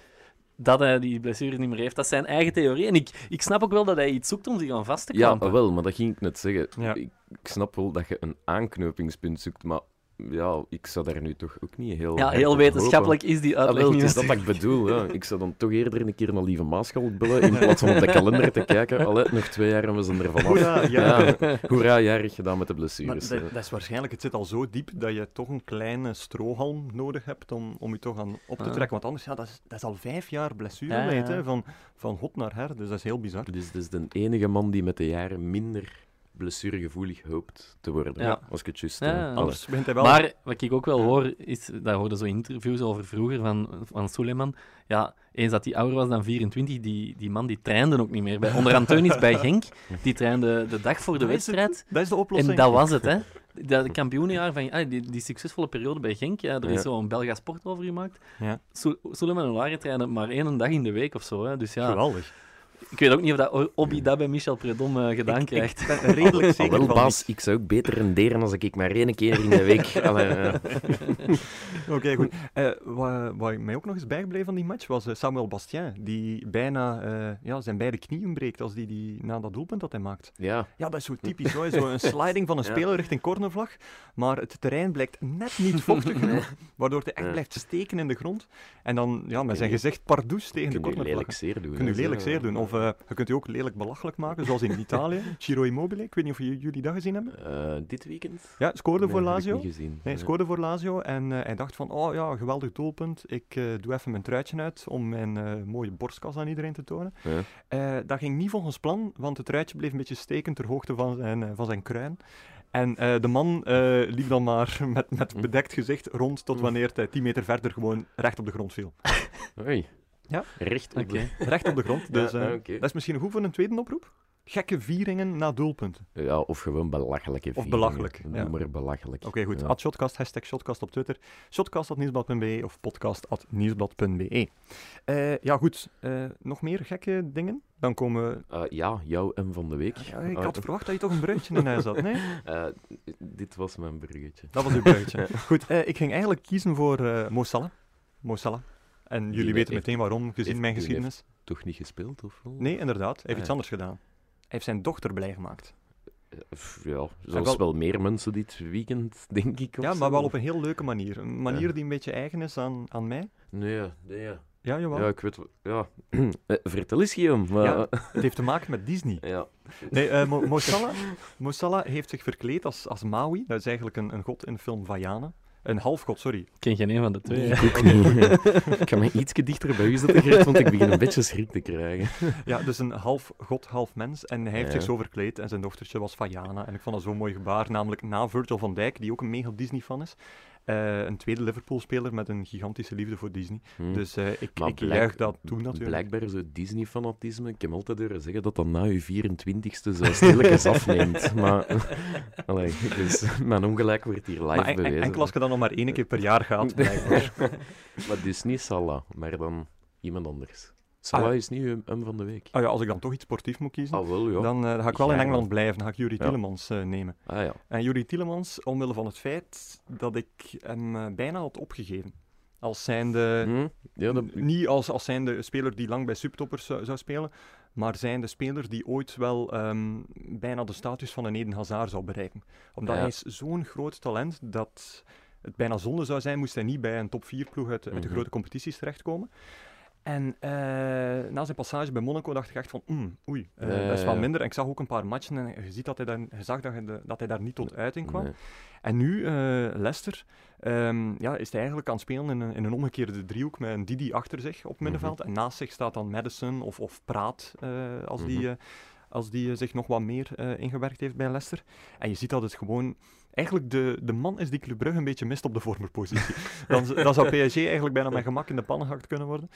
dat hij die blessure niet meer heeft. Dat is zijn eigen theorie. En ik, ik snap ook wel dat hij iets zoekt om zich aan vast te
Ja,
klampen.
wel, maar dat ging ik net zeggen.
Ja.
Ik, ik snap wel dat je een aanknopingspunt zoekt, maar ja, ik zou daar nu toch ook niet heel...
ja,
hard
heel
op hopen.
wetenschappelijk is die
Ah,
uitleg
wel,
niet.
het is dat wat ik bedoel. Ja. Ik zou dan toch eerder een keer naar Lieve Maaschal bellen, in plaats van op de kalender te kijken. Allee, nog twee jaar en we zijn er vanaf.
Hoera, ja.
hoera, jarig gedaan met de
Maar
blessures.
dat, dat is waarschijnlijk, het zit al zo diep dat je toch een kleine strohalm nodig hebt om, om je toch aan op te
Ah.
trekken. Want anders, ja, dat is, dat is al vijf jaar
Ja,
blessureleid,
ja.
hè, van, van hot naar her. Dus dat is heel bizar.
Dus dat is de enige man die met de jaren minder blessuregevoelig hoopt te worden.
Ja.
Als ik het juist...
Ja,
eh,
ja.
allee.
Anders begint hij wel...
Maar wat ik ook wel hoor, is, dat hoorde zo interviews over vroeger van, van Suleiman. Ja, eens dat hij ouder was dan 24, die, die man die trainde ook niet meer. Bij, onder Antonis bij Genk, die trainde de dag voor de
Dat is het.
wedstrijd.
dat is de oplossing.
En dat was het, hè? Dat kampioenenjaar van ah, die, die succesvolle periode bij Genk, ja, er
Ja.
is zo'n Belga sport over gemaakt.
Ja.
Su- Suleiman Oulari trainde maar één dag in de week of zo. Hè. Dus ja,
Geweldig.
ik weet ook niet of dat O- Obi dat bij Michel Predom eh, gedaan krijgt.
Ik ben er redelijk
Ah,
zeker
wel,
van
baas, ik zou ook beter renderen als ik maar één keer in de week... Allee, eh.
niet. Oké, goed. Eh, wa- wat mij ook nog eens bijgebleven van die match was eh, Samuel Bastien, die bijna eh, ja, zijn beide knieën breekt als die, die na dat doelpunt dat hij maakt.
ja.
Ja, dat is zo typisch. Zo, hè. zo een sliding van een
Ja.
speler richting cornervlag. Maar het terrein blijkt net niet vochtig genoeg. Waardoor hij echt
Ja.
blijft steken in de grond. En dan ja, met zijn
je-
gezicht pardoes tegen de
Kun je
cornervlag.
lelijk zeer doen.
Kun je
hè.
lelijk zeer doen. Of Of eh, je kunt je ook lelijk belachelijk maken, zoals in Italië. Ciro Immobile, ik weet niet of j- jullie dat gezien hebben.
Eh, dit weekend?
Ja, scoorde voor
Nee, heb ik
Lazio.
niet gezien. Eh,
Nee,
Nee.
scoorde voor Lazio en eh, hij dacht van, oh ja, geweldig doelpunt. Ik eh, doe even mijn truitje uit om mijn eh, mooie borstkas aan iedereen te tonen.
Ja.
Eh, dat ging niet volgens plan, want het truitje bleef een beetje steken ter hoogte van zijn, eh, van zijn kruin. En eh, de man eh, liep dan maar met, met
Hm.
bedekt gezicht rond tot
Hm.
wanneer hij 10 meter verder gewoon recht op de grond viel.
Oei.
Ja.
Recht op
Oké.
de-
Recht op de grond, dus
Ja,
eh,
oké.
dat is misschien goed voor een tweede oproep. Gekke vieringen na doelpunten.
Ja, of gewoon belachelijke
Of
vieringen.
belachelijk,
Noem
ja.
maar belachelijk.
Oké, goed.
Ja.
At Shotcast, hashtag Shotcast op Twitter. Shotcast.nieuwsblad.be of podcast.nieuwsblad.be. Eh ja, goed. Eh, nog meer gekke dingen? Dan komen we...
Eh, ja, jouw M van de week.
Ja, ik had
Eh,
verwacht dat je toch een bruidje in huis had, nee?
eh, dit was mijn bruggetje.
Dat was uw bruidje. Goed, eh, ik ging eigenlijk kiezen voor eh Mo Salah. Mo Salah. En jullie
heeft-
weten meteen waarom, gezien
heeft-
Dus mijn
die heeft-
geschiedenis.
Toch niet gespeeld, of wel?
Nee, inderdaad. Hij heeft
Ah,
iets
ja.
anders gedaan. Hij heeft zijn dochter blij gemaakt.
Eh, pff, Ja,
Ah,
zoals
wel-
wel... meer mensen dit weekend, denk ik. of
Ja,
zo.
maar wel op een heel leuke manier. Een manier
Ja.
die een beetje eigen is aan, aan mij.
Nee, nee.
Ja, jawel.
Ja, ik weet wel- Ja. Eh, vertel eens, Guillaume. Maar...
Ja.
Ja.
Het heeft te maken met Disney. Nee, eh Mo, Mo Salah- Mo Salah heeft zich verkleed als, als Maui. Dat is eigenlijk een, een god in de film Vaiana. Een halfgod, sorry.
Ik ken geen een van de twee.
Ik ook niet. Ik kan me ietsje dichter bij u zetten, Gert, want ik begin een beetje schrik te krijgen.
Ja, dus een half god, half mens. En hij heeft
Ja.
zich zo verkleed en zijn dochtertje was Vaiana. En ik vond dat zo'n mooi gebaar. Namelijk na Virgil van Dijk, die ook een mega Disney-fan is. eh, een tweede Liverpool-speler met een gigantische liefde voor Disney.
Hm.
Dus eh, ik,
Maar
ik
blijk-
juich dat toe natuurlijk.
Blijkbaar zo Disney-fanatisme. Ik heb altijd horen zeggen dat dat na je 24ste zo stilletjes afneemt. Maar allee, dus, mijn ongelijk wordt hier live
Maar en, en-
bewezen.
enkel als je dan nog maar één keer per jaar gaat. blijkbaar.
Maar dus niet Salah, maar dan iemand anders. Salah
Ah.
is niet uw M van de week.
Ah ja, als ik dan toch iets sportief moet kiezen,
Ah, wel, ja.
dan eh, ga ik wel in
Ja.
Engeland blijven. Dan ga ik Jurie
Ja.
Tielemans eh, nemen.
Ah ja.
En Jurie Tielemans, omwille van het feit dat ik hem eh, bijna had opgegeven. Als zijnde,
Hm? ja dat...
eh, niet als, als zijnde speler die lang bij subtoppers zou, zou spelen, maar zijnde speler die ooit wel ehm, bijna de status van een Eden Hazard zou bereiken. Omdat
Ja.
hij is zo'n groot talent dat het bijna zonde zou zijn moest hij niet bij een top 4 ploeg uit, de- uit de
Mhm.
grote competities terechtkomen. En eh, na zijn passage bij Monaco dacht ik echt van, mm, oei, eh,
Ja,
dat is
ja,
wel
ja.
minder. En ik zag ook een paar matchen en je, ziet dat hij daar, je zag dat hij, de- dat hij daar niet tot uiting kwam.
Nee.
En nu, eh Leicester, ehm, ja, is hij eigenlijk aan het spelen in een, in een omgekeerde driehoek met een Didi achter zich op middenveld. En naast zich staat dan Madison of, of Praat, eh, als, die,
Mhm.
eh, als die eh, zich nog wat meer eh, ingewerkt heeft bij Leicester. En je ziet dat het gewoon... Eigenlijk de, de man is die Club Brugge een beetje mist op de voormerpositie. dan, z- dan zou PSG eigenlijk bijna met gemak in de pannen gehakt kunnen worden.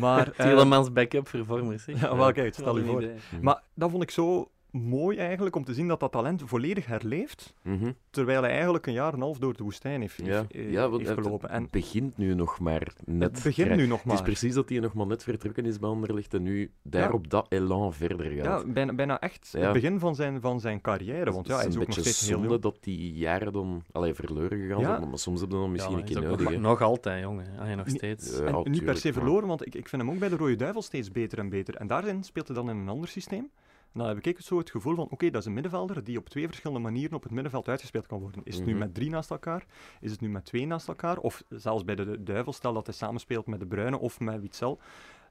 Maar, eh,
Tielemans backup vervormer, zeg.
ja, wel kijk, stel
Wat
je
een
voor.
idee.
Maar dat vond ik zo mooi eigenlijk, om te zien dat dat talent volledig herleeft.
Mhm.
Terwijl hij eigenlijk een jaar en een half door de woestijn heeft,
Ja,
heeft, eh,
ja want
heeft
het-
gelopen. En
het begint nu nog maar net.
het begint nu nog
Het
maar.
is precies dat hij nog maar net vertrokken is bij Anderlecht en nu daar op dat elan verder gaat.
ja, bijna, bijna echt
Ja.
het begin van zijn, van zijn carrière. Want ja, hij is
een
ook nog
beetje
steeds heel
zonde
jong.
dat die jaren dan allee, verloren gegaan
Ja.
zijn, maar- maar soms hebben we dan misschien
Ja,
een
maar
keer
is ook
nodig.
nog-
hè.
Nog altijd, jongen. Ah, ja, nog
Niet-
Ja,
steeds.
En niet per
tuurlijk,
se
eh, maar-
verloren, want ik, ik vind hem ook bij de Rode Duivel steeds beter en beter. En daarin speelt hij dan in een ander systeem. En dan heb ik zo het gevoel van, oké, dat is een middenvelder die op twee verschillende manieren op het middenveld uitgespeeld kan worden. Is het nu
Mhm.
met drie naast elkaar? Is het nu met twee naast elkaar? Of zelfs bij de Duivel, stel dat hij samenspeelt met de Bruine of met Witzel,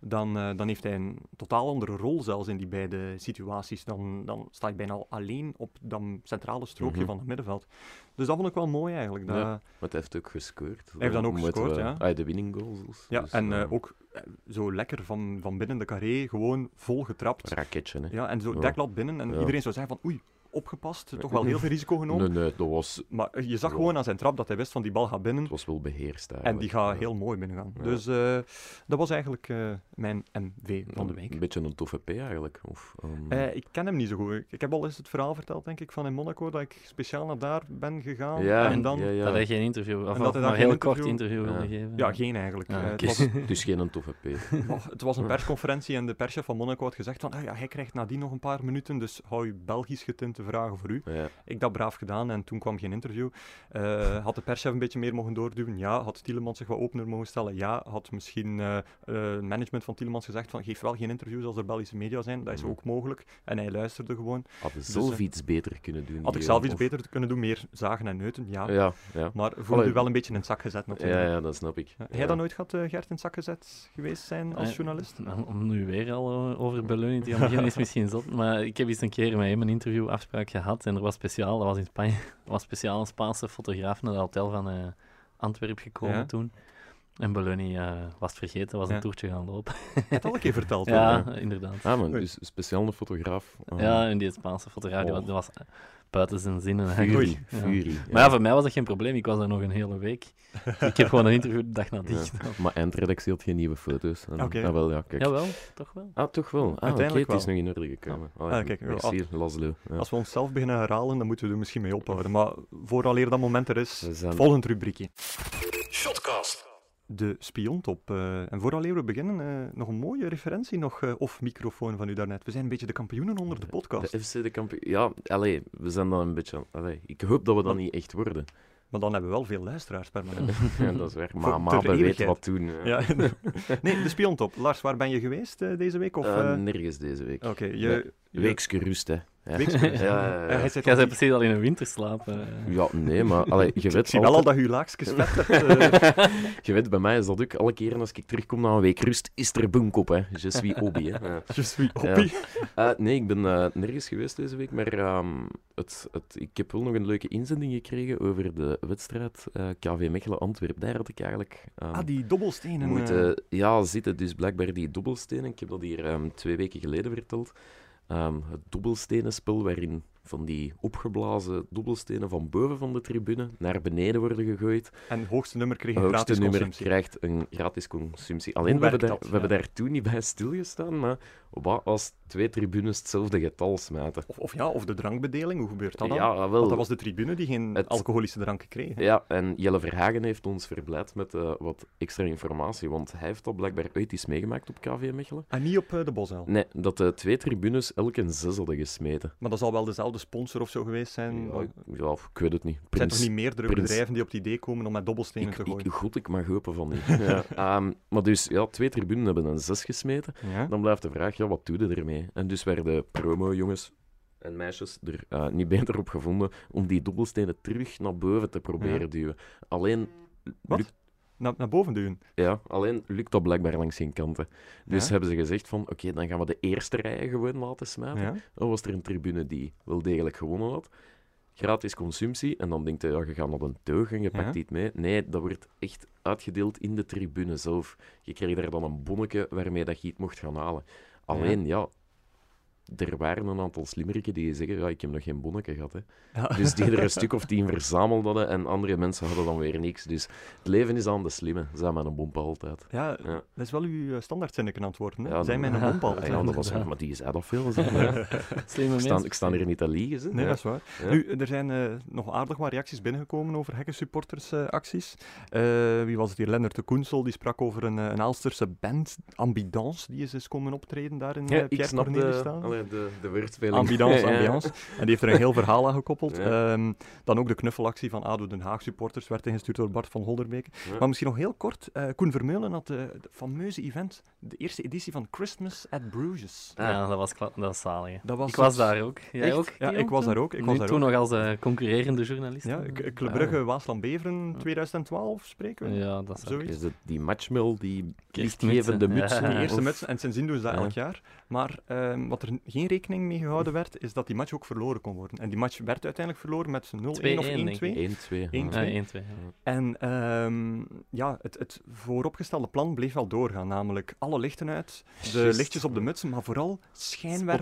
dan, eh, dan heeft hij een totaal andere rol zelfs in die beide situaties. Dan, dan sta je bijna al alleen op dat centrale strookje
Mhm.
van het middenveld. Dus dat vond ik wel mooi eigenlijk. Dat,
Ja. Want hij heeft ook gescoord. Hij
heeft dan ook gescoord, ja.
Uit de winning goals. dus-
Ja,
dus,
en
eh,
eh, ook eh, zo lekker van, van binnen de carré, gewoon vol getrapt.
Raketje, hè.
Ja, en zo
Ja.
dekblad binnen. En
Ja.
iedereen zou zeggen van, oei, opgepast, toch wel heel veel risico genomen.
Nee, nee, dat was,
Maar eh, je zag
Ja.
gewoon aan zijn trap dat hij wist van, die bal gaat binnen.
het was wel beheerst
En die
eigenlijk. eh,
gaat
Ja.
heel mooi binnengaan.
Ja.
Dus eh, dat was eigenlijk eh, mijn MV van de week.
Een beetje een toffe P eigenlijk. Of, ehm,
Eh, ik ken hem niet zo goed. Ik- Ik heb al eens het verhaal verteld, denk ik, van in Monaco, dat ik speciaal naar daar ben gegaan.
ja,
en dan...
ja, ja.
Dat hij geen interview, of,
En dat
of
hij
maar
dan
heel
geen
kort
interview-
interview wilde
Ja.
geven.
Ja, geen eigenlijk.
Ah,
Eh, het
oké.
was
Dus geen een toffe P.
Oh, het was een persconferentie en de perschef van Monaco had gezegd van, ah ja, hij krijgt nadien nog een paar minuten, dus hou je Belgisch getinte te vragen voor u.
Ja.
Ik dat braaf gedaan en toen kwam geen interview. Eh, had de perschef een beetje meer mogen doorduwen? Ja. Had Tielemans zich wat opener mogen stellen? Ja. Had misschien eh eh, management van Tielemans gezegd van geef wel geen interviews als er Belgische media zijn. Dat is
Mhm.
ook mogelijk. En hij luisterde gewoon.
Hadden
Dus,
zelf
eh,
iets beter kunnen doen.
Had
die
ik zelf
jongen,
iets
eh, of-
beter kunnen doen, meer zagen en neuten? Ja.
Ja, ja.
Maar voelde
Allee.
u wel een beetje in het zak gezet natuurlijk.
Ja, ja, dat snap ik.
Ja.
Ja.
Heb jij dat nooit gehad, eh, Gert, in het zak gezet geweest zijn als
Eh,
journalist?
nou, Om nu weer al eh, over Beloni te gaan beginnen is misschien zot, maar ik heb eens een keer met hem een interviewafspraak gehad en er was speciaal, dat was in Spanje, er was speciaal een Spaanse fotograaf naar het hotel van eh Antwerpen gekomen
Ja.
toen. En Beloni was het vergeten, was een
Ja.
toertje gaan lopen.
Heb je het al een keer verteld? hè?
Ja, inderdaad.
Ah, maar
Oei.
dus speciaal een fotograaf. ah,
Ja, en die Spaanse fotograaf die
Oh.
was, die was eh, buiten zijn zinnen. eigenlijk.
Fury.
Oei.
Ja.
Fury.
Maar ja, voor mij was dat geen probleem, ik was daar nog een hele week. Ik heb gewoon een interview de dag na dicht.
Ja. Maar eindredactie had geen nieuwe foto's. En,
Oké.
Ah, wel, ja, kijk.
Jawel, toch wel.
Ah, toch wel. Ah, oké,
Uiteindelijk
het is
wel.
nog in orde gekomen. Ah,
Ah, kijk,
merci, Laszlo. Ja.
Als we onszelf beginnen herhalen, dan moeten we er misschien mee ophouden. Maar vooraleer dat moment er is,
We zijn-
volgend rubriekje.
Shotcast.
De spiontop. eh en vooraleer we beginnen, eh, nog een mooie referentie nog, eh, of microfoon van u daarnet. We zijn een beetje de kampioenen onder de podcast.
De FC de kampioen. Ja, allee, we zijn dan een beetje. Allee, ik hoop dat we dat niet echt worden.
Maar dan hebben we wel veel luisteraars permanent.
Ja, dat is waar.
Voor-
Maar
ter
Mabe weet
eeuwigheid.
wat doen. ja.
ja. nee, de spiontop. Lars, waar ben je geweest eh, deze week? Of,
Eh,
eh,
nergens deze week.
Oké, je...
Nee.
je-
Weekske rust, hè. Ja.
Weekske rust.
Ja, ja,
Eh,
ja.
hij zit
Jij
al-
bent precies al in een winterslaap. eh.
Ja, nee, maar allee, je
Ik
weet
zie wel al
altijd-
dat je laagstjes vet hebt. eh.
Je weet, bij mij is dat ook elke keer als ik terugkom na een week rust, is er boomkop, hè. Je suis hobby, hè. Ja.
Je suis hoppie.
Eh, nee, ik ben eh, nergens geweest deze week, maar ehm, het, het, ik heb wel nog een leuke inzending gekregen over de wedstrijd eh, KV Mechelen-Antwerp. Daar had ik eigenlijk ehm,
Ah, die dobbelstenen. eh.
moeten ja, zitten. Dus blijkbaar die dobbelstenen, ik heb dat hier ehm, twee weken geleden verteld. Ehm, het dobbelstenenspel waarin van die opgeblazen dobbelstenen van boven van de tribune naar beneden worden gegooid.
En het hoogste nummer kreeg
Het
een
hoogste
gratis
nummer
consumptie.
krijgt een gratis consumptie. Alleen, we
werkt
hebben, daar,
dat?
we hebben daar toen niet bij stilgestaan, maar wat als twee tribunes hetzelfde getal smijten?
Of, of ja, of de drankbedeling, hoe gebeurt dat dan?
Ja, wel.
Want dat was de tribune die geen
Het-
alcoholische drank kreeg. hè?
Ja, en Jelle Verhagen heeft ons verblijd met eh, wat extra informatie, want hij heeft dat blijkbaar ooit eens meegemaakt op KV Mechelen.
En niet op eh, de Bosuil.
Nee, dat de twee tribunes elk een zes hadden gesmeten.
Maar dat zal wel dezelfde sponsor of zo geweest zijn.
Ja,
Er
ik, ja, ik weet het niet.
zijn
Prins-
toch niet meerdere
Prins-
bedrijven die op het idee komen om met dobbelstenen
ik,
te gooien?
ik, goed, ik mag hopen van niet. ja, ehm, maar dus, ja, twee tribunen hebben een zes gesmeten.
Ja?
Dan blijft de vraag, ja, wat doe je ermee? En dus werden promo-jongens en meisjes er eh, niet beter op gevonden om die dobbelstenen terug naar boven te proberen
Ja.
duwen. Alleen,
Wat?
Lukt,
Na- naar boven duwen.
ja, alleen lukt dat blijkbaar langs geen kanten. Dus
Ja?
hebben ze gezegd van, oké, dan gaan we de eerste rijen gewoon laten smijten.
Ja?
Dan was er een tribune die wel degelijk gewonnen had. Gratis consumptie. En dan denkt hij, ja, je gaat op een teug en je pakt
Ja.
dit mee. Nee, dat wordt echt uitgedeeld in de tribune zelf. Je kreeg daar dan een bonnetje waarmee dat je iets mocht gaan halen. Alleen, ja... er waren een aantal slimmeriken die zeggen, ja, ik heb nog geen bonnetje gehad. Hè.
Ja.
Dus die er een stuk of tien verzameld hadden en andere mensen hadden dan weer niks. Dus het leven is aan de slimme, zei mijn bompa altijd.
Ja,
Ja.
dat is wel uw eh, standaardzinnetje aan het worden. Hè?
Ja,
Zijn Hm, mijn
ja,
een bompal?
Ja, dat was, maar die is dat veel. zeg. Ja.
Slimme
Ik sta,
mensen.
ik sta hier niet te liegen. zeg.
Nee,
Ja.
dat is waar.
Ja.
Nu, er zijn eh, nog aardig wat reacties binnengekomen over hekkensupportersacties. Eh, wie was het hier? Lennart de Koensel, die sprak over een, eh, een Aalsterse band, Ambidance, die is eens komen optreden daar in
Ja,
eh,
ik
Pierre
snap de,
Cornelistaan.
allee, de, de woordspeling.
Ambidance,
Ja, ja.
ambiance. En die heeft er een heel verhaal aan gekoppeld.
Ja.
Ehm, dan ook de knuffelactie van ADO Den Haag supporters werd ingestuurd door Bart van Holderbeke.
Ja.
Maar misschien nog heel kort. eh, Koen Vermeulen had eh, het fameuze event, de eerste editie van Christmas at Bruges.
Ja, dat was, kla- dat was zalig. hè.
Dat was
Ik was
het-
daar ook. Jij
Echt?
ook?
Ja,
Guillaume,
ik was
toen?
daar ook. Ik
nu,
was daar
toen
ook.
nog als eh, concurrerende journalist.
Ja,
eh.
K- Club Brugge, Waasland-Beveren, 2012 spreken we.
ja, dat is
Zoiets.
Is het die matchmel, die
Kerstmutsen.
lichtgevende mutsen?
Die
Ja.
eh, eerste
Of-
match, en sindsdien doen ze dat
Ja.
elk jaar. Maar ehm, wat er n- geen rekening mee gehouden werd, is dat die match ook verloren kon worden. En die match werd uiteindelijk verloren met 0-1 of
2-1 denk ik.
1-2.
1, 2.
Eén,
Ja,
twee.
1, 2.
En ehm, ja, het, het vooropgestelde plan bleef wel doorgaan. Namelijk alle lichten uit, de
Juist.
lichtjes op de mutsen, maar vooral schijnwerpers,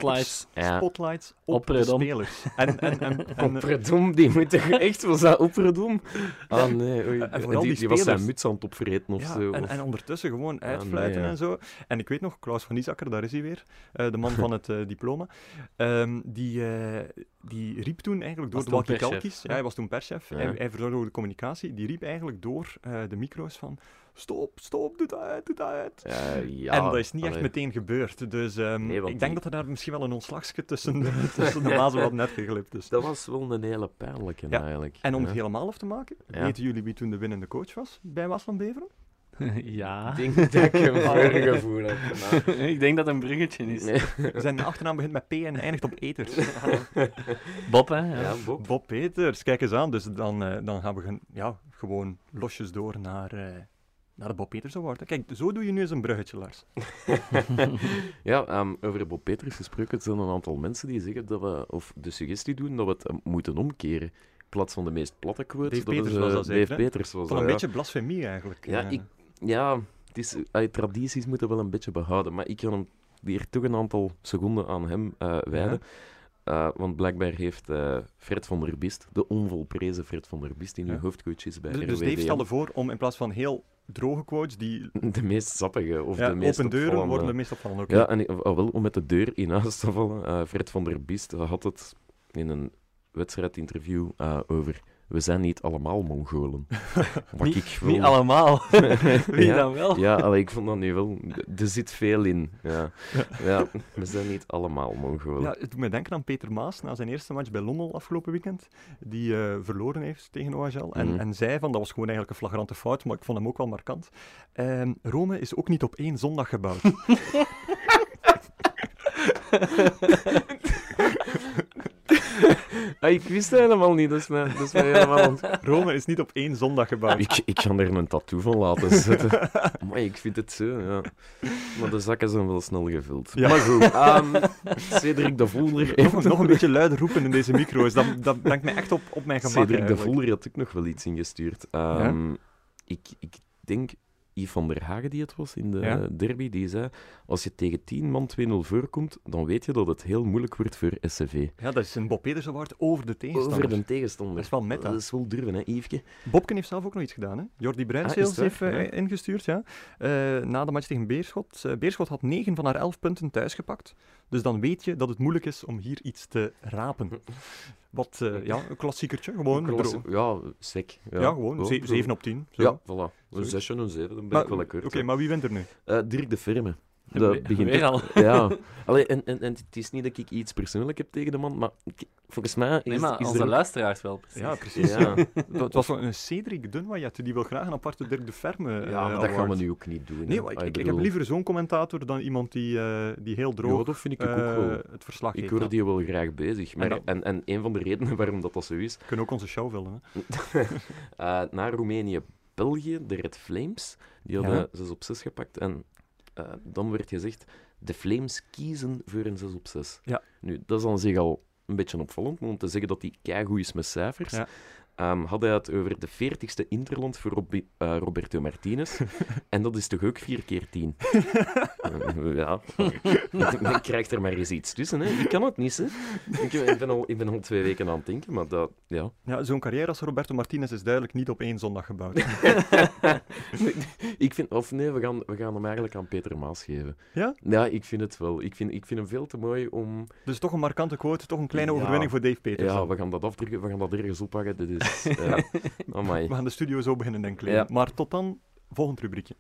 Spotlights.
spotlights,
Ja.
op de
Opredom.
spelers. En, en, en, en, eh,
Opperdom, die moet toch echt, was dat opperdom? Ah nee, oei.
En vooral
die,
die
die was zijn
spelers.
muts aan het opvreten of
ja,
zo.
en,
of-
en ondertussen gewoon
nee,
uitfluiten
ja.
en zo. En ik weet nog, Klaus van Isakker, daar is hij weer, eh, de man van het eh, diploma, ehm, die, eh, die riep toen eigenlijk door
Was
de
toen perschef.
walkie-talkies. Ja, hij was toen perschef.
Ja.
Hij, hij verzorgde ook de communicatie. Die riep eigenlijk door eh, de micro's van stop, stop, doe dat uit, doe dat uit.
Ja, ja,
en dat is niet echt
allee.
meteen gebeurd. Dus ehm,
Nee, want
ik denk
die-
dat er daar misschien wel een ontslagje tussen de, tussen de mazen wat net geglipt is.
Dat was wel een hele pijnlijke
Ja,
eigenlijk.
En om
Ja.
het helemaal af te maken,
Ja.
weten jullie wie toen de winnende coach was bij Wasland Beveren?
ja.
Ik denk dat ik hem voorgevoerd heb. maar-
ik denk dat het een bruggetje is.
Nee.
Zijn achternaam begint met P en eindigt op Eters.
Bob, hè? Ja.
Ja, Bob.
Bob Peters, kijk eens aan. Dus dan, eh, dan gaan we gen- ja, gewoon losjes door naar, eh, naar de Bob Peters Award. hè. Kijk, zo doe je nu eens een bruggetje, Lars.
Ja, ehm, over Bob Peters gesproken, het zijn een aantal mensen die zeggen dat we, of de suggestie doen, dat we het eh, moeten omkeren. In plaats van de meest platte quote.
Dave
dat
Peters
is, eh,
was dat zeker,
Dave
hè?
Peters was
Van een
dat, ja.
beetje blasfemie eigenlijk.
Ja,
eh.
ik, ja het is, eh, tradities moeten wel een beetje behouden, maar ik kan hem hier toch een aantal seconden aan hem eh, wijden. Eh, want blijkbaar heeft eh, Fred van der Bist, de onvolprezen Fred van der Bist, die nu
Ja.
hoofdcoach is bij
Dus, dus
RWDM,
Dave stelde voor om in plaats van heel droge quotes, die
de meest sappige of
ja,
de meest
open deuren worden de
opvallende.
meest opvallend. Oké.
Ja, en eh, ah, wel, om met de deur in huis te vallen, eh, Fred van der Biest had het in een wedstrijdinterview eh, over we zijn niet allemaal Mongolen. Wat
Niet-
ik
Niet
wel-
allemaal. Wie
Ja.
dan wel?
Ja, allee, ik vond dat nu wel... Er zit veel in. Ja, ja we zijn niet allemaal Mongolen.
Ja, het doet me denken aan Peter Maas na zijn eerste match bij Lommel afgelopen weekend, die eh, verloren heeft tegen OHL. En,
Mhm.
en zei van, dat was gewoon eigenlijk een flagrante fout, maar ik vond hem ook wel markant. Ehm, Rome is ook niet op één zondag gebouwd.
Ah, ik wist dat helemaal niet, dat is mij, dat is mij helemaal... ont-
Rome is niet op één zondag gebouwd.
Ik, ik ga er een tattoo van laten zetten. Maar ik vind het zo, ja. Maar de zakken zijn wel snel gevuld.
Ja.
Maar goed, ehm, Cedric de Voelder... heeft
Nog, nog een beetje luider roepen in deze micro's, dat, dat brengt mij echt op, op mijn gemak.
Cedric de
eigenlijk.
Voelder had ook nog wel iets ingestuurd. Ehm, ik, ik denk Yves van der Hagen, die het was in de
Ja.
derby, die zei... Als je tegen 10 man 2-0 voorkomt, dan weet je dat het heel moeilijk wordt voor SCV.
Ja, dat is een Bob Peters Award over de tegenstander.
Over de
Dat
tegenstander.
is wel meta.
Dat is wel durven, hè, Yveske?
Bobken heeft zelf ook nog iets gedaan. Hè? Jordi
Ah, is
Bruinseels
het
heeft
waar?
eh,
Ja.
ingestuurd. Ja. Eh, na de match tegen Beerschot. Eh, Beerschot had 9 van haar 11 punten thuisgepakt. Dus dan weet je dat het moeilijk is om hier iets te rapen. Wat, eh, ja, een klassiekertje. Gewoon.
Klasse-
droom.
Ja, sec.
Ja, gewoon.
Oh,
7 op 10. Zo.
Ja, voilà. Een
Zoiets.
zesje en een zeven, dan ben
Maar-
ik wel
Oké,
akkoord. hè.
maar wie wint er nu?
Eh, Dirk de Ferme.
We-
Dat begint
weer
ook-
al.
Ja. Allee, en, en, en het is niet dat ik iets persoonlijk heb tegen de man, maar ik- volgens mij is,
Nee, maar
is
onze
er...
luisteraars wel, precies.
Ja, precies.
Ja,
Dat, het was wel een Cedric Dunwayet, die wil graag een aparte Dirk de Ferme eh,
ja maar dat gaan we
award.
nu ook niet doen.
Nee,
hè.
maar ik,
Ah,
ik, ik heb
bedoel,
liever zo'n commentator dan iemand die, eh, die heel
ja,
droog
dat vind ik ook
eh,
wel.
het verslag
Ik
heeft.
hoor die wel graag bezig. Maar,
dat-
en, en een van de redenen waarom dat, dat zo is,
We kunnen ook onze show vullen. Hè?
Eh, naar Roemenië, België, de Red Flames. Die hadden
Ja.
6 op 6 gepakt. En eh, dan werd gezegd: de Flames kiezen voor een 6 op 6.
Ja.
Nu, dat is aan zich al een beetje opvallend, maar om te zeggen dat hij keigoed is met cijfers.
Ja.
ehm, had hij het over de 40ste Interland voor Robi- eh, Roberto Martinez. en dat is toch ook 4 keer 10? Eh, ja. Dan krijgt er maar eens iets tussen. Hè. Ik kan het niet, hè. Ik, ik ben al, ik ben al twee weken aan het denken, maar dat... Ja.
Ja, zo'n carrière als Roberto Martinez is duidelijk niet op één zondag gebouwd.
ik vind, of nee, we gaan, we gaan hem eigenlijk aan Peter Maas geven.
Ja?
Ja, ik vind het wel. Ik vind, ik vind hem veel te mooi om...
dus toch een markante quote, toch een kleine
Ja.
overwinning voor Dave Peters.
Ja, we gaan dat afdrukken, we gaan dat ergens oppakken. Dit is... eh amai.
We gaan de studio zo beginnen enkelen.
Ja.
Maar tot dan, volgend rubriekje.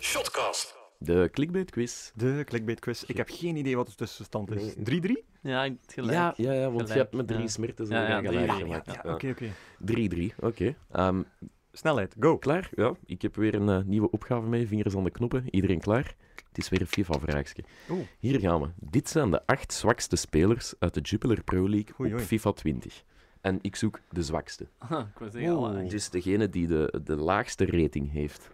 Shotcast.
De clickbait quiz.
De clickbait quiz. Ik heb geen idee wat de tussenstand is. 3-3?
Nee.
Ja, ik gelijk.
Ja, ja, ja, want
Gelijk,
je hebt met drie
ja.
smertes
Ja, ja,
en een gelijk
drie,
gemaakt.
Ja,
Ja,
oké, oké.
3-3, oké. Ehm,
Snelheid, go.
klaar? Ja, ik heb weer een eh, nieuwe opgave mee. Vingers aan de knoppen. Iedereen klaar? Het is weer een FIFA-vraagje.
Oeh.
Hier gaan we. Dit zijn de acht zwakste spelers uit de Jupiler Pro League
Oei,
op
oei.
FIFA 20. En ik zoek de zwakste.
Ah, ik wou zeggen, alle
Oeh.
acht.
Dus degene die de, de laagste rating heeft.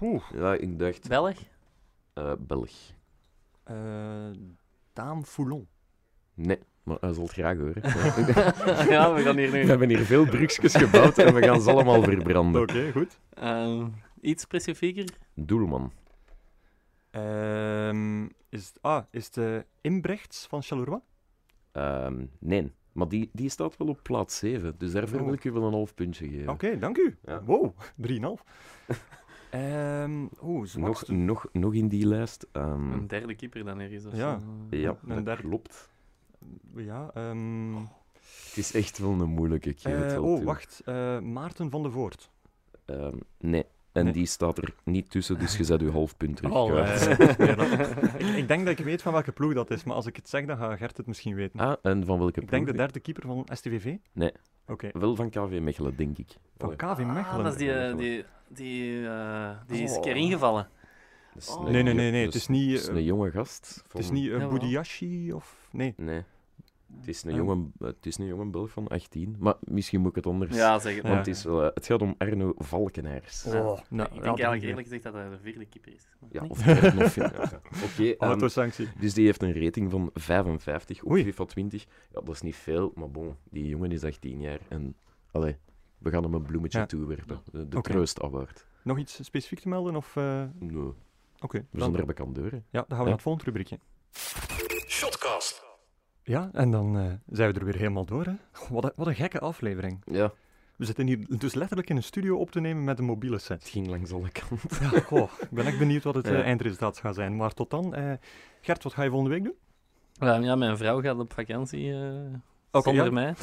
Oeh.
Ja, ik dacht
Belg?
eh, Belg.
Eh Dame Foulon.
Nee, maar hij zal het graag horen.
ja, we gaan hier
we
nu...
hebben hier veel drugsjes gebouwd en we gaan ze allemaal
Oké,
verbranden.
goed.
Ehm, iets specifieker?
Doelman.
Ehm, is, het, ah, is het eh, Imbrechts van Charleroi?
Ehm, nee, maar die, die staat wel op plaats 7. Dus daarvoor
Oh.
wil ik u wel een half puntje geven.
Oké, dank u.
Ja.
Wow, 3,5. Ehm Oeh,
Nog,
zwakste.
nog, nog in die lijst. ehm,
Een derde keeper dan ergens of
Ja.
zo.
ja,
een
dat
derde.
klopt.
Ja, ehm
Het is echt wel een moeilijke. Ik geef het
eh,
wel
oh,
toe.
wacht. eh, Maarten van de Voort.
Ehm, nee, En
Nee.
die staat er niet tussen, dus je zet je halfpunt terug
Al,
kwijt.
eh, ja, dat-
Ik, ik denk dat ik weet van welke ploeg dat is, maar als ik het zeg, dan gaat Gert het misschien weten.
Ah, en van welke
ik denk de
ploeg?
derde keeper van STVV?
Nee.
Oké.
Wel van KV Mechelen, denk ik.
Van
Allee,
KV
Ah,
Mechelen.
dat is die, eh,
Mechelen.
die, die, eh, die is een
Oh.
keer ingevallen.
dat
Oh.
is een-
Nee, nee, nee, nee.
dat
Het is niet,
dat is
eh,
een jonge gast.
het is
van-
niet eh,
Jawel.
Boudiachi of... Nee.
Nee. Het is, een
Eh.
jonge, het is een jonge Belg van 18, maar misschien moet ik het anders.
Ja, zeg
Ja.
het
Want
maar.
het, is, wel, eh, het gaat om Arno Valkenaers.
Ja.
Nou,
ik
ja,
denk eigenlijk
dat-
eerlijk gezegd dat hij de vierde keeper is. Maar
Ja,
nee.
of derde, of vierde. Ja. Oké,
Oh,
ehm,
Autosanctie.
dus die heeft een rating van 55 op
Oei.
FIFA 20. Ja, dat is niet veel, maar bon, die jongen is 18 jaar. En allee, we gaan hem een bloemetje
Ja.
toewerpen. De, de
Oké.
Trust Award.
Nog iets specifiek te melden? Of, eh,
Nee, we
Oké, dan,
zijn er bekend door. hè.
ja, dan gaan we naar het volgende rubriekje.
Shotcast.
Ja, en dan eh, zijn we er weer helemaal door. Hè? Goh, Wat, een, wat een gekke aflevering.
Ja,
We zitten hier dus letterlijk in een studio op te nemen met een mobiele set.
het ging langs alle kanten.
Ja, goh, ik ben echt benieuwd wat het eh,
Ja.
eindresultaat gaat zijn. Maar tot dan, eh, Gert, wat ga je volgende week doen?
Eh, ja, mijn vrouw gaat op vakantie eh
Oké,
zonder
ja,
mij.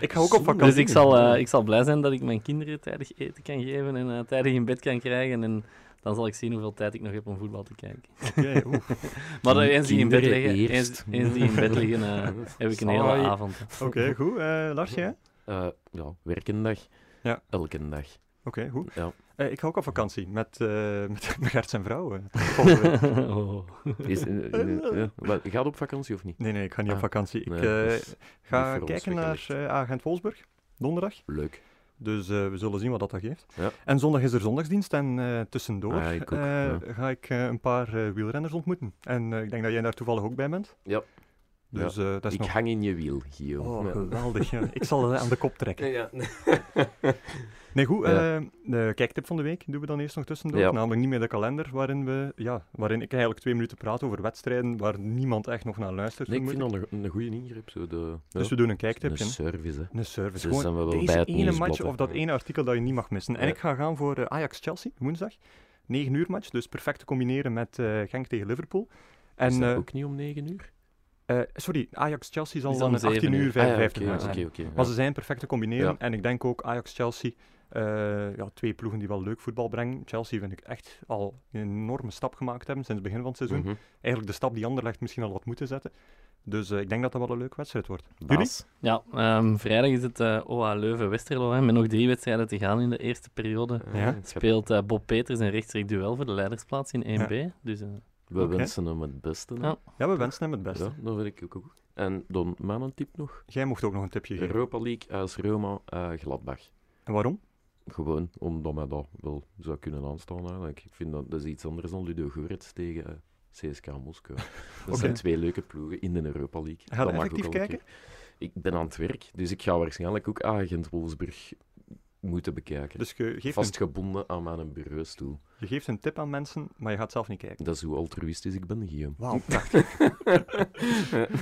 ik ga ook op
Zonde.
vakantie.
Dus ik zal, eh, ik zal blij zijn dat ik mijn kinderen tijdig eten kan geven en eh, tijdig in bed kan krijgen. En dan zal ik zien hoeveel tijd ik nog heb om voetbal te kijken.
Oké, oeh,
Maar dan eens die in bed
Kinderen
liggen, eens,
eerst.
eens die in bed liggen eh, heb ik een hele
Saai.
avond.
Oké, goed. Eh Lars, jij? Oké,
Eh, ja, werkendag.
Ja.
Elke dag.
goed.
Ja.
Eh, ik ga ook op vakantie met, eh, met Gert zijn vrouw. eh, volgende week.
Oh.
Is, eh, eh, ja. Maar gaat op vakantie of niet?
Nee, nee, ik ga niet op
Ah,
vakantie. Ik
nee,
eh,
dat is niet
ga
voor ons
kijken naar
weggelegd.
eh, Agent Wolfsburg, donderdag.
Leuk.
Dus eh, we zullen zien wat dat dan geeft.
Ja.
En zondag is er zondagsdienst en eh, tussendoor
Ah, ik
eh,
ook, ja.
ga ik eh, een paar eh, wielrenners ontmoeten. En eh, ik denk dat jij daar toevallig ook bij bent.
Ja.
Dus eh, dat is
Ik
nog...
hang in je wiel, Gio.
Oh,
Ja.
geweldig. ja. Ik zal het aan de kop trekken.
Ja.
Nee, goed.
Ja.
eh, de kijktip van de week doen we dan eerst nog tussendoor.
Ja.
Namelijk niet meer de kalender, waarin, we, ja, waarin ik eigenlijk twee minuten praat over wedstrijden waar niemand echt nog naar luistert.
Nee, ik
vermoed
vind dat een, een goede ingreep. Zo de,
ik. Dus we doen een kijktipje.
een service, hè.
Een service.
Dus
Gewoon
zijn we wel
deze
bij het
ene
nieuwsblad,
match
hè.
of dat
Ja.
ene artikel dat je niet mag missen. En
Ja.
ik ga gaan voor eh, Ajax-Chelsea, woensdag. 9 uur match, dus perfect te combineren met eh, Genk tegen Liverpool. En,
is dat
eh,
ook niet om 9 uur?
eh, sorry, Ajax-Chelsea zal
Is
dan
om
18
zeven
uur
uur.
55
Ah, ja,
match
oké,
zijn.
oké, oké, ja.
Maar ze zijn perfect te combineren.
Ja.
En ik denk ook Ajax-Chelsea, eh, ja, twee ploegen die wel leuk voetbal brengen. Chelsea vind ik echt al een enorme stap gemaakt hebben sinds het begin van het seizoen.
Mhm.
Eigenlijk de stap die Anderlecht misschien al had moeten zetten. Dus eh, ik denk dat dat wel een leuke wedstrijd wordt. Jullie?
Baas?
Ja, ehm, vrijdag is het eh, OA Leuven-Westerlo. hè, Met nog drie wedstrijden te gaan in de eerste periode.
Eh,
Ja.
het gaat-
Speelt eh, Bob Peters een rechtstreeks duel voor de leidersplaats in 1B. Dus, eh,
We
Oké.
wensen hem het beste. hè.
Ja,
Ja, we wensen hem het beste.
Ja, dat weet ik ook. ook. En dan mannentip nog.
Jij mocht ook nog een tipje geven.
Europa League, AS Roma, eh, Gladbach.
En waarom?
Gewoon omdat mij dat wel zou kunnen aanstaan eigenlijk. Ik vind dat, dat is iets anders dan Ludo Gorets tegen eh, CSK Moskou. Dat
Oké.
zijn twee leuke ploegen in de Europa League.
Ga je
dat mag ook
effectief
wel een
kijken?
keer. Ik ben aan het werk, dus ik ga waarschijnlijk ook Agent Wolfsburg moeten bekijken.
Dus je geeft, een,
Vastgebonden aan mijn bureaustoel.
je geeft een tip aan mensen, maar je gaat zelf niet kijken.
Dat is hoe altruïstisch ik ben, Guillaume.
Wauw, prachtig.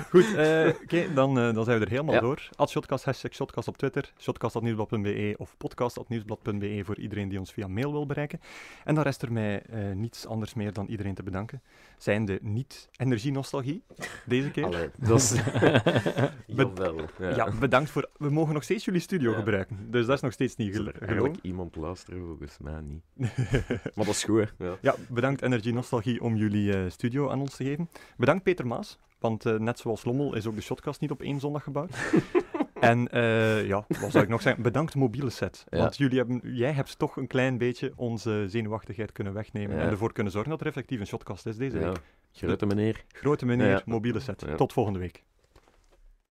Goed, eh, oké, dan, eh, dan zijn we er helemaal
Ja.
door. At Shotcast, hashtag Shotcast op Twitter, shotcast.nieuwsblad.be of podcast.nieuwsblad.be voor iedereen die ons via mail wil bereiken. En dan rest er mij eh, niets anders meer dan iedereen te bedanken. Zijn de niet-energie-nostalgie deze keer.
Allee, dat is... Jawel.
ja. bedankt voor... We mogen nog steeds jullie studio
Ja.
gebruiken, dus dat is nog steeds niet
Zal
gel
er
gelogen.
eigenlijk iemand luisteren? Volgens mij niet. Maar dat is goed, hè. Ja.
Ja, bedankt Energy Nostalgie om jullie eh, studio aan ons te geven. Bedankt Peter Maas, want eh, net zoals Lommel is ook de Shotcast niet op één zondag gebouwd. en eh, ja, wat zou ik nog zeggen? Bedankt mobiele set,
Ja.
want jullie hebben, jij hebt toch een klein beetje onze zenuwachtigheid kunnen wegnemen
Ja.
en ervoor kunnen zorgen dat er effectief een Shotcast is deze
ja.
week.
Grote meneer.
Grote meneer,
Ja.
mobiele set.
Ja.
Tot volgende week.